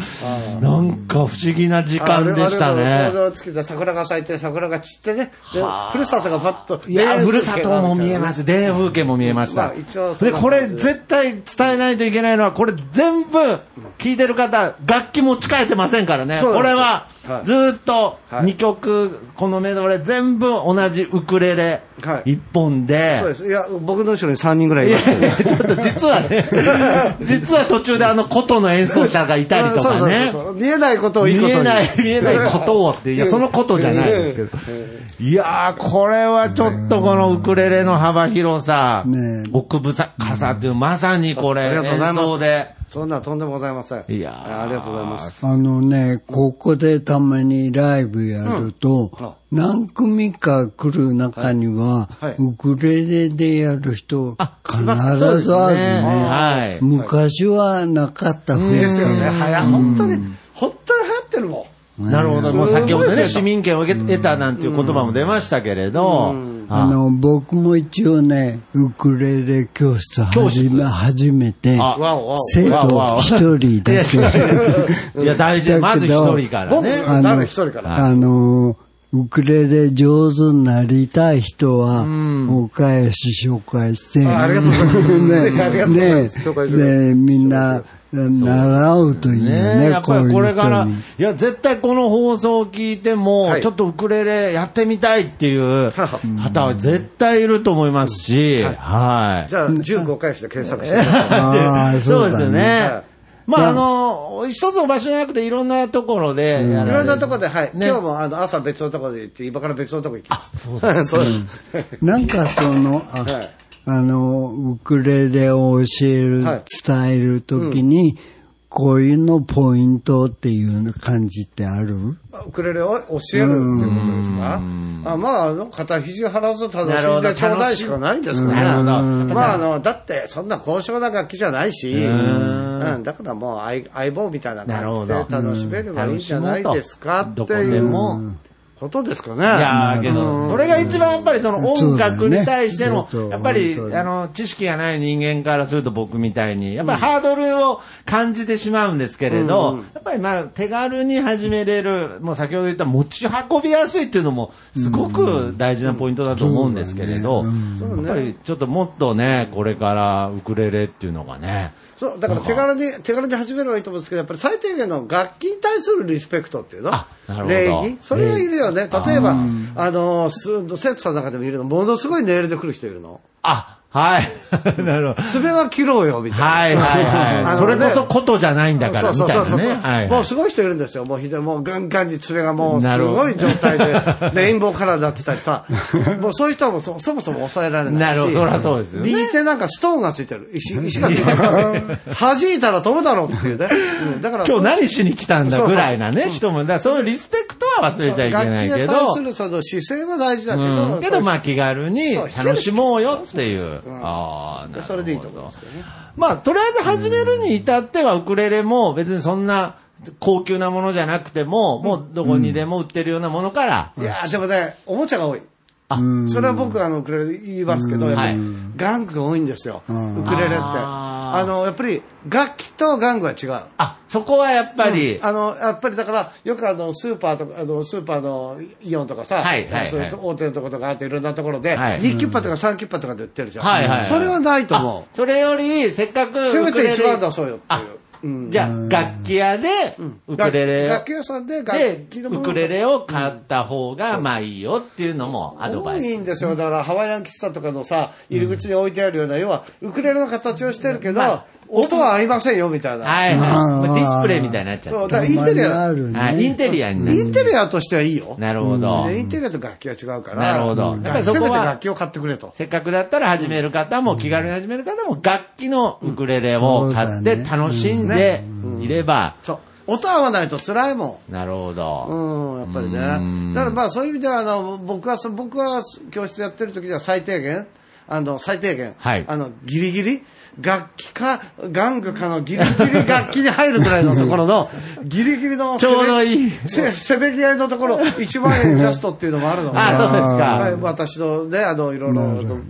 S5: なんか不思議な時間でした
S6: あ
S5: ね
S6: れ。はつけた桜が咲いて、桜が散ってね。で
S5: はあ
S6: ふるさとがパッと。。
S5: いやー、ふるさとも見えますす。田園風景も見えまし
S6: ま
S5: た
S6: あ一応。そ
S5: で、
S6: うなんですよ
S5: これ絶対伝えないといけないのは、これ全部聞いてる方、楽器持ち替えてませんからね。
S6: そう
S5: これ
S6: な
S5: は
S6: は、い
S5: ずーっと
S6: はい
S5: 2曲、このメドレー全部同じウクレレ
S6: はい
S5: 1本で。
S6: そうです。いや、僕の後ろに3人ぐらい
S5: い
S6: い
S5: や
S6: ました
S5: い
S6: けど
S5: や。 ちょっと実は ね、実は途中であの琴の演奏者がいたりと
S6: そう
S5: か
S6: そう
S5: ね
S6: そ。うそう見えないことをいい
S5: 見
S6: ことに
S5: えない、見えないことをって、い や、そのことじゃないですけど。いやー、これはちょっとこのウクレレの幅広さ
S4: ねえ、
S5: 奥深さっていう、まさにこれ、
S6: ありがとうござい
S5: 演
S6: ます
S5: 奏で。
S6: そんなとんでもございません。
S5: いやー
S6: ありがとうございます。
S4: あのね、ここでたまにライブやると、何組か来る中には、
S6: はい
S4: ウクレレでやる人、
S5: あ
S4: 必
S5: いますそうです
S4: ず
S5: ね
S4: ある
S5: はい
S4: ね。昔はなかった雰囲気
S6: ですよね。はや、本当に、本当に流行ってるもん。
S5: なるほど。もう先ほど
S6: すごい増え
S5: ね、
S6: た
S5: 市民権を得たなんていう言葉も出ましたけれど、
S4: あの、僕も一応ね、ウクレレ教室始め、初めて、
S5: あ
S6: わおわお
S4: 生徒一人だけ。
S5: いや、大事、まず一人から
S6: 僕、
S5: ね。
S6: 誰も一人から。
S4: あの、ウクレレ上手になりたい人は、お返し紹介して、
S6: あありがとうございますぜひ ありがとうございます紹介してくれ
S4: ね、で、みんな、習うといいよ
S5: ねえ
S4: ね
S5: や、っ
S4: こ
S5: ぱ
S4: うい
S5: りこ
S4: う
S5: れか
S4: 人
S5: ら、
S4: に。
S5: いや、絶対この放送を聞いても、
S6: はい
S5: ちょっとウクレレやってみたいっていう
S6: は
S5: 方は絶対いると思いますし、はい。
S6: じゃあ、15回して検索してください。
S4: ああ、
S5: そ
S4: そうう
S5: で
S4: だ
S5: すよ
S4: ね。
S5: ね
S6: は。
S5: まあ、あの、一つの場所じゃなくて、いろんなところでやられる、
S6: いろんなとこで、はい。
S5: ね
S6: 今日もあの朝別のとこで行って、今から別のとこ行きます。 そうです。
S4: なんかその、あ
S6: はい
S4: あの、ウクレレを教える、
S6: はい
S4: 伝えるときに、こういうのポイントっていう感じってある
S6: ウクレレを教えるっていうことですかあまあ、あの、肩肘張らず楽
S5: なる
S6: し
S5: ほ
S6: ん
S5: ど
S6: でちょうだいしかないんですか
S5: なるほ
S6: ら。
S5: ど
S6: まあ、あの、だって、そんな高尚な楽器じゃないし、うん、だからもう相、相棒みたいな
S5: なるほ
S6: 感じ
S5: ど
S6: で楽しめればいいんじゃないですか
S5: うん
S6: って
S5: どこで
S6: い
S5: も
S6: うことですか
S5: い
S6: ね。
S5: やーけど、それが一番やっぱりその音楽に対しての
S4: そうだよ、ね
S5: やっぱり、
S4: そうそう
S5: あの、知識がない人間からすると僕みたいに、やっぱりハードルを感じてしまうんですけれど、やっぱりまあ、手軽に始めれる、もう先ほど言った持ち運びやすいっていうのも、すごく大事なポイントだと思うんですけれど、やっぱりちょっともっとね、これからウクレレっていうのがね、
S6: そう、だから手軽に、手軽に始めればいいと思うんですけど、やっぱり最低限の楽器に対するリスペクトっていうの
S5: あなるほど
S6: 礼儀それがいるよね。例えば、あの、す生徒さんの中でもいるの、ものすごいネイルで来る人いるの。
S5: あ、 はい、なるほど。
S6: 爪は切ろうよ、みたいな。
S5: はいはいは
S6: あ
S5: い。
S6: の
S5: それこそことじゃないんだから、み
S6: そう
S5: たい
S6: そう
S5: な
S6: そう
S5: ね
S6: そう、
S5: はいは
S6: も
S5: い。
S6: うすごい人いるんですよ。もうひどい、もうガンガンに爪がもう
S5: な
S6: す
S5: るほど
S6: ごい状態で、レインボーカラーになってたりさ、もうそういう人はもうそそもそも抑えられないし。
S5: なるほどそりゃそうですよね
S6: 右手なんかストーンがついてる。石石がついてるから、弾いたら飛ぶだろうっていうね。うんだから
S5: 今日何しに来たんだ
S6: そうそう
S5: ぐらいなね、人も。だからそういうリスペクトは忘れちゃいけないけ
S6: 楽器に対
S5: ど
S6: す、るその姿勢は大事だけ
S5: う
S6: ど、
S5: んけどまあ気軽に
S6: そう
S5: 楽しもうよっていう。ああ、なるほど
S6: それでいいと思いますけどね。
S5: まあ、とりあえず始めるに至っては、ウクレレも別にそんな高級なものじゃなくても、もうどこにでも売ってるようなものから
S6: い、やーでもね、おもちゃが多い。
S5: あ
S6: それは僕あのウクレレ言いますけど、やっぱり玩具が多いんですよ、ウクレレって。
S5: あ
S6: あの、やっぱり楽器と玩具は違う。
S5: あ、そこはやっぱり、
S6: あの、やっぱりだから、よくあの、スーパーとか、あの、スーパーのイオンとかさ、
S5: はいはいはい
S6: そういう大手のところとかあっていろんなところで、
S5: はい
S6: 2キュッパとか3キュッパとかで売ってるじゃん。
S5: はいはいはい
S6: それはないと思
S5: あそれより、せっかく
S6: う。せめ
S5: ウクレ
S6: て
S5: レ
S6: 一番出そうよってい
S5: あ
S6: う。うん
S5: じゃあ、楽器屋で、ウクレレを
S6: 楽器屋さんで楽
S5: で
S6: 器、のも
S5: ウ
S6: の
S5: クレレを買った方が、まあいいよっていうのもアド
S6: 多
S5: バイ
S6: い
S5: ス。
S6: んですよ。だから、ハワイアン喫茶とかのさ、入り口に置いてあるような、要は、ウクレレの形をしてるけど、音は合いませんよみたいな、
S5: はい
S4: あ
S5: は
S4: ー
S5: い。ディスプレイみたいになっちゃ
S6: そ
S5: っ
S6: うだ
S5: て
S6: からインテリ
S4: たまにあ
S6: ア、
S4: るね
S5: はいインテリアにな
S6: イ
S5: る。
S6: ンテリアとしてはいいよ。
S5: なるほど。
S6: でインテリアと楽器は違うから、
S5: なるほど
S6: 楽器
S5: やっぱりそこは
S6: せめて楽器を買ってくれと。
S5: せっかくだったら始める方も、気軽に始める方も、楽器のウクレレを買って
S4: うん
S5: 楽しんでいれば、
S6: そう。音合わないと辛いも
S5: なるほ
S6: ん。
S5: ど。
S6: うん、やっぱりね
S5: うん。
S6: だからまあそういう意味では、あの、僕はそ、僕は教室やってる時には最低限、あの、最低限、
S5: はい
S6: あの、ギリギリ、楽器か、玩具かのギリギリ楽器に入るぐらいのとこ ろの、ギリギリの、
S5: ちょうどいい
S6: せ。せべぎ合いのところ、1万円ジャストっていうのもあるの
S5: あそうですか
S6: はい私のね、あの、いろいろ、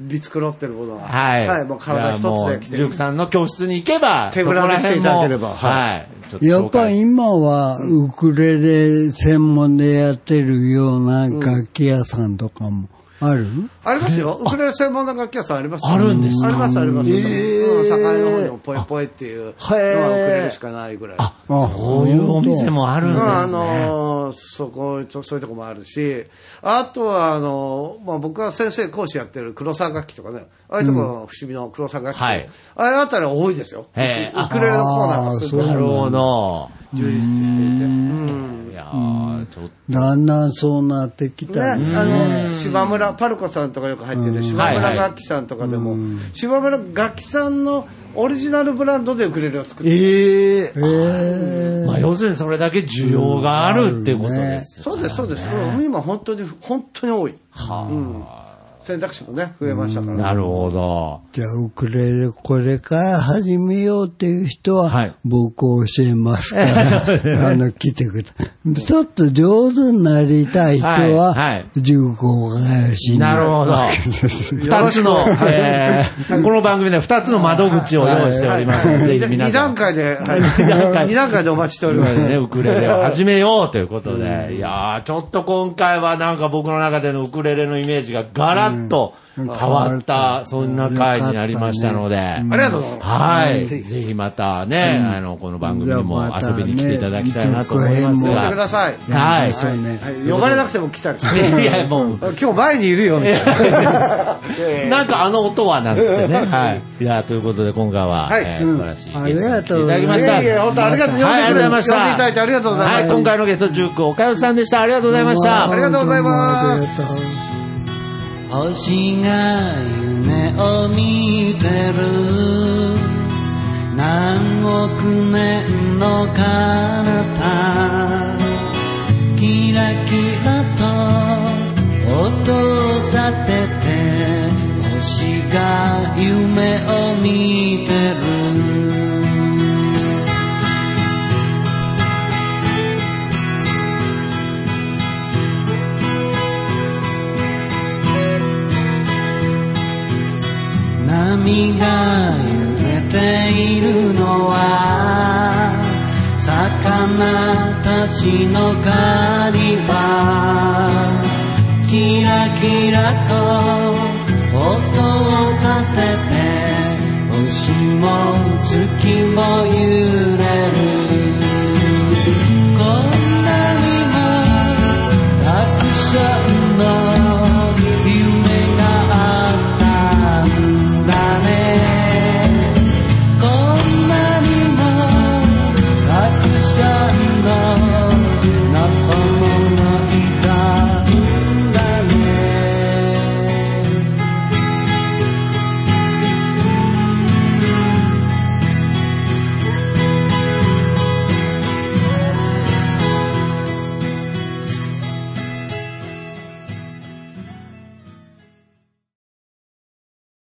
S6: 見繕ってるものは。
S5: はい。
S6: はい、もう体一つで来て
S5: ジュークさんの教室に行けば、
S6: 手ぶらで来ていただければ
S5: そこら辺もはい。ちょと
S4: やっ
S5: 紹
S4: ぱり
S5: 介
S4: 今はウクレレ専門でやってるような楽器屋さんとかもある、
S6: ありますよ。ウクレレ専門の楽器屋さんありますよ
S5: あるんですか
S6: あります、あります。
S4: えー
S6: うん、境の方にもぽいぽいっていうのはウクレレしかないぐらい。
S5: あ、
S4: あ
S5: そういうお店もあるん
S6: う
S5: で
S6: んあ
S5: すね。
S6: のーそこそ、そういうとこもあるし、あとは、あのーまあ、僕は先生講師やってる黒沢楽器とかね、ああいうところの伏見の黒沢楽器とか、
S5: はい
S6: ああいうあたりは多いですよ。ウクレ
S5: へ
S6: レ
S5: ー
S6: のコーナーがすごい
S5: なるほど。
S6: 充実していて。うん
S5: いやーちょっと。
S4: だんだんそうなってき
S6: ね、
S4: た
S6: あ
S4: ね。
S6: の、島村、パルコさんとかよく入ってる、島村楽器さんとかでも、島村楽器さんのオリジナルブランドでウクレレを作ってる。
S5: ええ
S4: え
S5: まあ、要するにそれだけ需要があるっていうことです。
S6: そうです、そうです。うん今本当に、本当に多い。うん選択肢もね、増えましたから。
S5: なるほど。
S4: じゃあウクレレこれから始めようっていう人は、
S5: はい
S4: 僕を教えま すから、あの、来てくれ。ちょっと上手になりたい人は、
S5: はいはい
S4: 重工返しに
S5: なる ほど。二つの、え ーこの番組では二つの窓口を用意しておりますので、ぜひ皆
S6: 2
S5: さん。
S6: 段階で、はい
S5: 二段 階
S6: 二段階でお待ちしております。
S5: ね、ウクレレを始めようということで、いやー、ちょっと今回はなんか僕の中でのウクレレのイメージがガラッと変わった、そんな回になりましたので、あり
S6: ありがとうございます。
S5: はい。ぜひまたね、あの、この番組にも遊びに来ていただきたいなと思います
S6: 呼んでく
S5: が。
S6: ださい。
S5: は
S4: そう
S5: い。
S4: ね。
S6: はい呼ばれなくても来たりして
S5: いや、もう、
S6: 今日前にいるよ、みたいな。
S5: なんかあの音はなんですよ ね。はい。いや、ということで今回は、
S6: はい
S5: えー素晴らしい
S4: うん
S5: ゲストに来ていただきまし
S6: い
S5: た。
S6: えいえ、本当ありがとう。呼んでくれ
S5: はい、ありがとうございました。
S6: 呼んでいただいてありがとうございます。
S5: はい、今回のゲスト、ジューク、岡吉さんでした。ありがとうございました。
S6: ありがとうござい
S4: どうもあ
S6: ます
S4: りがとう
S3: 星が夢を見てる何億年の彼方キラキラと音を立てて星が夢を見てる波が揺れているのは魚たちの狩り場キラキラと音を立てて星も月も揺れ